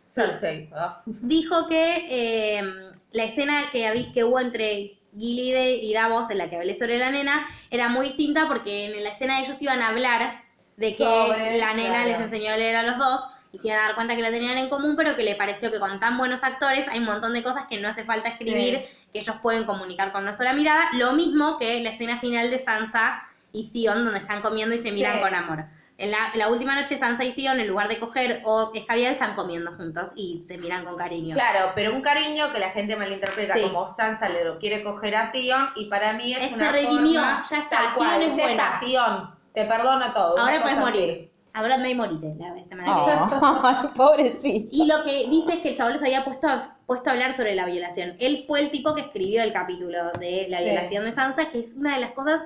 Cersei. Ah.
Dijo que eh, la escena que, habí- que hubo entre Gilly de- y Davos, en la que hablé sobre la nena, era muy distinta porque en la escena ellos iban a hablar de que
Sobre,
la nena
claro.
les enseñó a leer a los dos y se iban a dar cuenta que la tenían en común, pero que le pareció que con tan buenos actores hay un montón de cosas que no hace falta escribir, que ellos pueden comunicar con una sola mirada. Lo mismo que la escena final de Sansa y Sion, donde están comiendo y se miran
Sí.
con amor. En la, la última noche Sansa y Theon, en lugar de coger o escabiar, están comiendo juntos y se miran con cariño.
Claro, pero un cariño que la gente malinterpreta
Sí.
como Sansa le lo quiere coger a Tion y para mí es
Eh, se
una
redimió,
forma-
ya está,
tal cual,
Theon es
ya
buena.
está, Tion, te perdono todo.
Ahora
una
puedes
cosa así.
morir. Ahora me morite la semana que viene.
Oh, pobrecito.
Y lo que dice es que el chabón les había puesto a, puesto a hablar sobre la violación. Él fue el tipo que escribió el capítulo de la
Sí.
violación de Sansa, que es una de las cosas,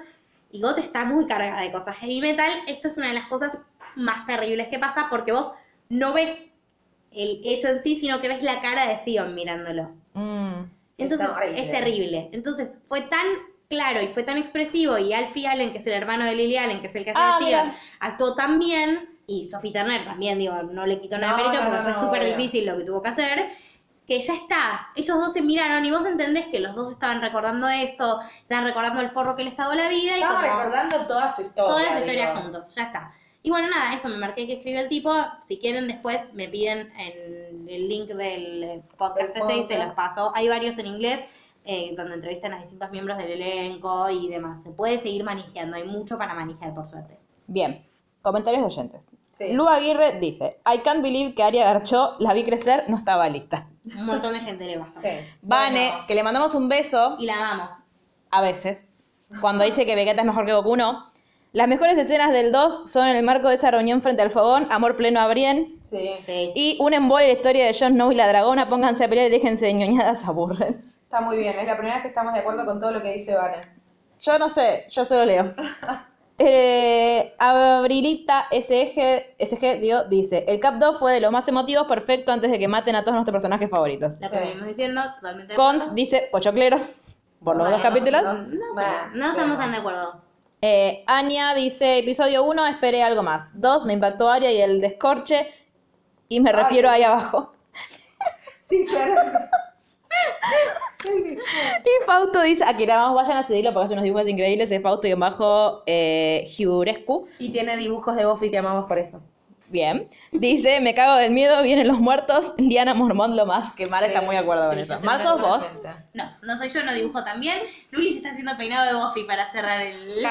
y Got está muy cargada de cosas. Heavy metal, esto es una de las cosas más terribles que pasa porque vos no ves el hecho en sí, sino que ves la cara de Theon mirándolo.
Mm,
Entonces,
Está horrible.
es terrible. Entonces, fue tan claro y fue tan expresivo, y Alfie Allen, que es el hermano de Lily Allen, que es el que hace
Ah,
de Theon,
mira.
actuó tan bien, y Sophie Turner también, digo, no le quito nada
No,
de mérito
no,
porque
no,
fue
no,
súper
obvio.
difícil lo que tuvo que hacer, que ya está, ellos dos se miraron y vos entendés que los dos estaban recordando eso, estaban recordando el forro que les cagó la vida y
Estamos
como
recordando toda su historia.
toda su historia
digo.
juntos, ya está. Y bueno, nada, eso me marqué que escribió el tipo. Si quieren, después me piden en el link del podcast
Del
este y se
podcast.
los paso. Hay varios en inglés eh, donde entrevistan a distintos miembros del elenco y demás. Se puede seguir manejando, hay mucho para manejar, por suerte.
Bien, comentarios de oyentes.
Sí.
Lu Aguirre dice, I can't believe que Aria Garchó, la vi crecer, no estaba lista.
Un montón de gente le baja.
Sí.
Vane,
Bueno,
que le mandamos un beso,
Y la amamos.
a veces, cuando dice que Vegeta es mejor que Goku, no. Las mejores escenas del 2 son en el marco de esa reunión frente al fogón, amor pleno a Brienne,
sí.
Sí.
y un embole la historia de Jon Snow y la dragona, pónganse a pelear y déjense de ñoñadas, aburren.
Está muy bien, es la primera vez que estamos de acuerdo con todo lo que dice Vane.
Yo no sé, yo se lo leo. Eh, Abrilita SG, SG dio, dice, el Cap 2 fue de los más emotivos, perfecto, antes de que maten a todos nuestros personajes favoritos.
La
Sí.
que venimos diciendo, totalmente. de
Cons
acuerdo.
dice pochocleros por los
Bueno,
dos capítulos.
No, no sé,
Bah,
no estamos
bueno.
tan de acuerdo.
Eh, Anya dice episodio 1, esperé algo más. 2, me impactó Aria y el descorche y me refiero ahí abajo.
Sí, claro.
Y Fausto dice, ah, aquí vamos, vayan a seguirlo porque hace unos dibujos increíbles de Fausto y en bajo eh, Hiurescu.
y tiene dibujos de Buffy que amamos por eso.
Bien. Dice, me cago del miedo, vienen los muertos. Diana Mormón lo más, que Mar
Sí,
está muy de acuerdo con
sí,
eso.
yo
Mar sos vos.
Totalmente.
No, no soy yo, no dibujo tan bien. Luli se está haciendo peinado de Buffy para cerrar el.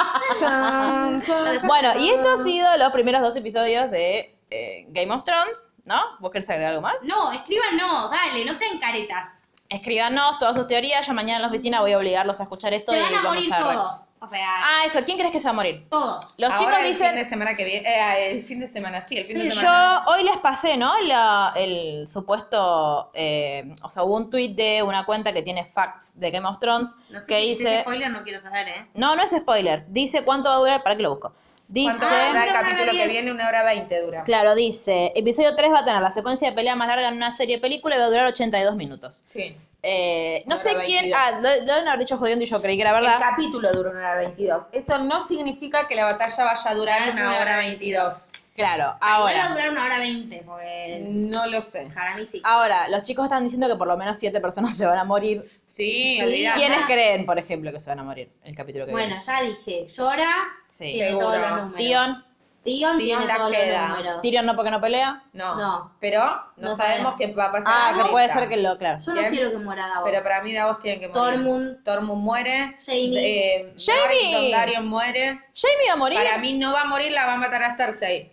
chan,
Bueno, y esto ha sido los primeros dos episodios de eh, Game of Thrones, ¿no? ¿Vos querés agregar algo más?
No, escriban no, dale, no sean caretas.
Escríbanos todas sus teorías. Yo mañana en la oficina voy a obligarlos a escuchar esto
Se
y
van a
vamos
morir
a ver.
todos. O sea,
Ah, eso. ¿Quién crees que se va a morir?
todos.
Los
Ahora
chicos
el
dicen.
fin de semana que viene, eh, el fin de semana, sí, el fin de semana.
Yo hoy les pasé, ¿no? La- el supuesto. eh, o sea, hubo un tweet de una cuenta que tiene facts de Game of Thrones
No sé
que
si es
dice.
spoiler, no quiero saber, ¿eh?
No, no es spoiler. Dice cuánto va a durar. ¿Para qué lo busco? Dice.
¿Cuánto va a durar el
Ah,
capítulo
una hora
que viene? Una hora veinte dura.
Claro, dice. Episodio 3 va a tener la secuencia de pelea más larga en una serie de película y va a durar 82 minutos.
Sí.
Eh, no
Una
sé
hora
quién.
22.
Ah, lo, lo deben haber dicho jodiendo y yo creí que era verdad.
El capítulo dura una hora 22. Esto no significa que la batalla vaya a durar una hora 22.
Claro,
Igual va a
ahora.
durar una hora veinte, porque.
No lo sé.
Para mí sí.
Ahora, los chicos están diciendo que por lo menos siete personas se van a morir.
Sí,
Sí.
olvidate.
¿Quiénes
Ajá.
creen, por ejemplo, que se van a morir? El capítulo que
Bueno,
viene.
ya dije, llora.
Sí.
Tiene todos los
Seguro.
números.
Tion,
Tion tiene
Tion la
todos
queda.
los números.
Tyrion no porque no pelea.
No.
No.
Pero no,
No
sabemos
sabemos.
qué va a pasar.
Ah,
en la
que puede
lista.
ser que lo, claro.
Yo no
Bien.
quiero que muera Davos.
Pero para mí Davos tiene que morir.
Tormund.
Tormund muere.
Jaime.
Eh,
Jaime.
Varys Dondarrion muere.
Jamie va a morir.
Para mí no va a morir, la va a matar a Cersei.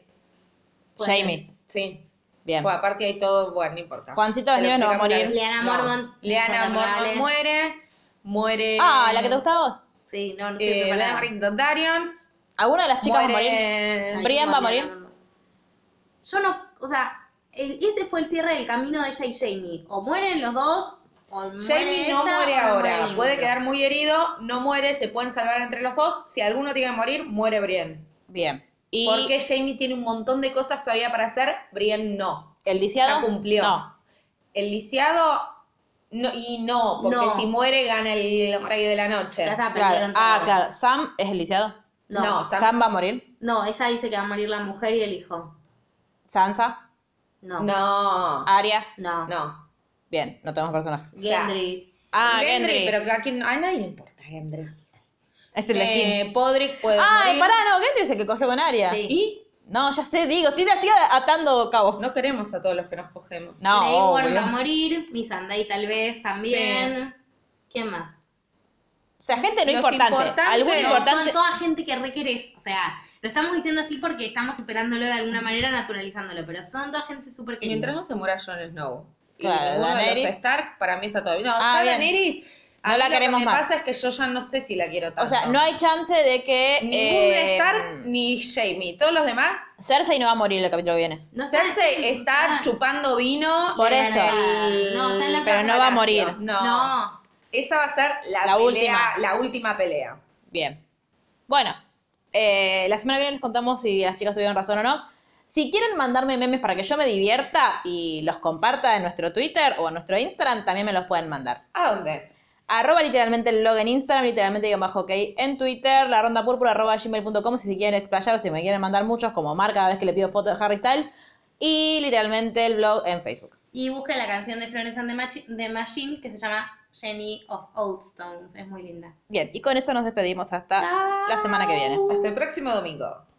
Puede
Jamie.
Sí.
Bien.
Bueno, aparte hay todo, bueno, no importa.
Juancito las
Te lo
Nieves no va a
explicamos
morir.
Leana
No.
Mormont.
Leana
Juana
Mormont
Morales.
muere. Muere.
Ah, la que te gustaba a vos.
Sí, no, no quiero
Eh,
que muera.
Benric Dondarrion.
¿Alguna de las chicas va a morir?
muere-
Ay,
Brian
no,
va a
Brian
morir.
no, no. Yo no, o sea, el- ese fue el cierre del camino de ella y Jamie. O mueren los dos, o muere
Jamie no
ella,
muere
o no
ahora,
muere
puede
ninguno.
quedar muy herido, no muere, se pueden salvar entre los dos. Si alguno tiene que morir, muere Brienne.
Bien. Y
Porque Jamie tiene un montón de cosas todavía para hacer, Brienne no.
el lisiado
Ya cumplió.
No.
El lisiado, no, y no, porque
No.
si muere gana el rey de la noche.
Ya está,
Claro.
perdieron
Ah,
todo.
claro. Sam es el lisiado.
No,
No,
no,
Sam-
Sam va a morir.
ella dice que va a morir la mujer y el hijo.
Sansa.
No, no,
No,
Arya.
no.
no.
Bien, no tenemos personajes.
Gendry.
Ah,
Gendry,
Gendry.
pero que a, quien- a nadie le importa Gendry.
Es el de
Eh,
Kings.
Podrick puede
Ay,
morir.
pará, no, Gendry es el que cogió con Aria.
Sí.
Y
No, ya sé, digo, estoy, estoy atando cabos.
no queremos a todos los que nos cogemos.
No,
Grey Worm
obvio.
va a morir, Missandei tal vez también. ¿Quién más?
O sea, gente no
Los
importante.
importantes
Algún
no
Pero
importante.
Son toda gente que requerés, o sea, Lo estamos diciendo así porque estamos superándolo de alguna manera, naturalizándolo, pero son dos gente súper querida.
Mientras no se muera Jon Snow. Y
Claro,
ninguno de
Daenerys.
los Stark para mí está todavía. No,
Ah,
ya
bien.
Daenerys. a
No
mí
la
lo
queremos
que me
más.
pasa es que yo ya no sé si la quiero tanto.
O sea, no hay chance de que.
Ningún
eh,
Stark ni Jamie. Todos los demás.
Cersei no va a morir el capítulo que viene.
No está así,
Cersei está
ah,
chupando vino.
Por
en
eso.
el-
No, está en la
Pero no va a morir.
No.
No.
Esa va a ser la,
La
pelea-
última.
la última pelea.
Bien. Bueno, eh, la semana que viene les contamos si las chicas tuvieron razón o no. Si quieren mandarme memes para que yo me divierta y los comparta en nuestro Twitter o en nuestro Instagram, también me los pueden mandar.
¿A dónde?
Arroba literalmente el log en Instagram, literalmente guión bajo ok en Twitter, la ronda púrpura arroba gmail.com si se quieren explayar o si me quieren mandar muchos como marca cada vez que le pido fotos de Harry Styles y literalmente el blog en Facebook.
Y busca la canción de Florence and the, Machi- the Machine que se llama Jenny of Old Stones. Es muy linda.
Bien, y con eso nos despedimos hasta la semana que viene.
Hasta el próximo domingo.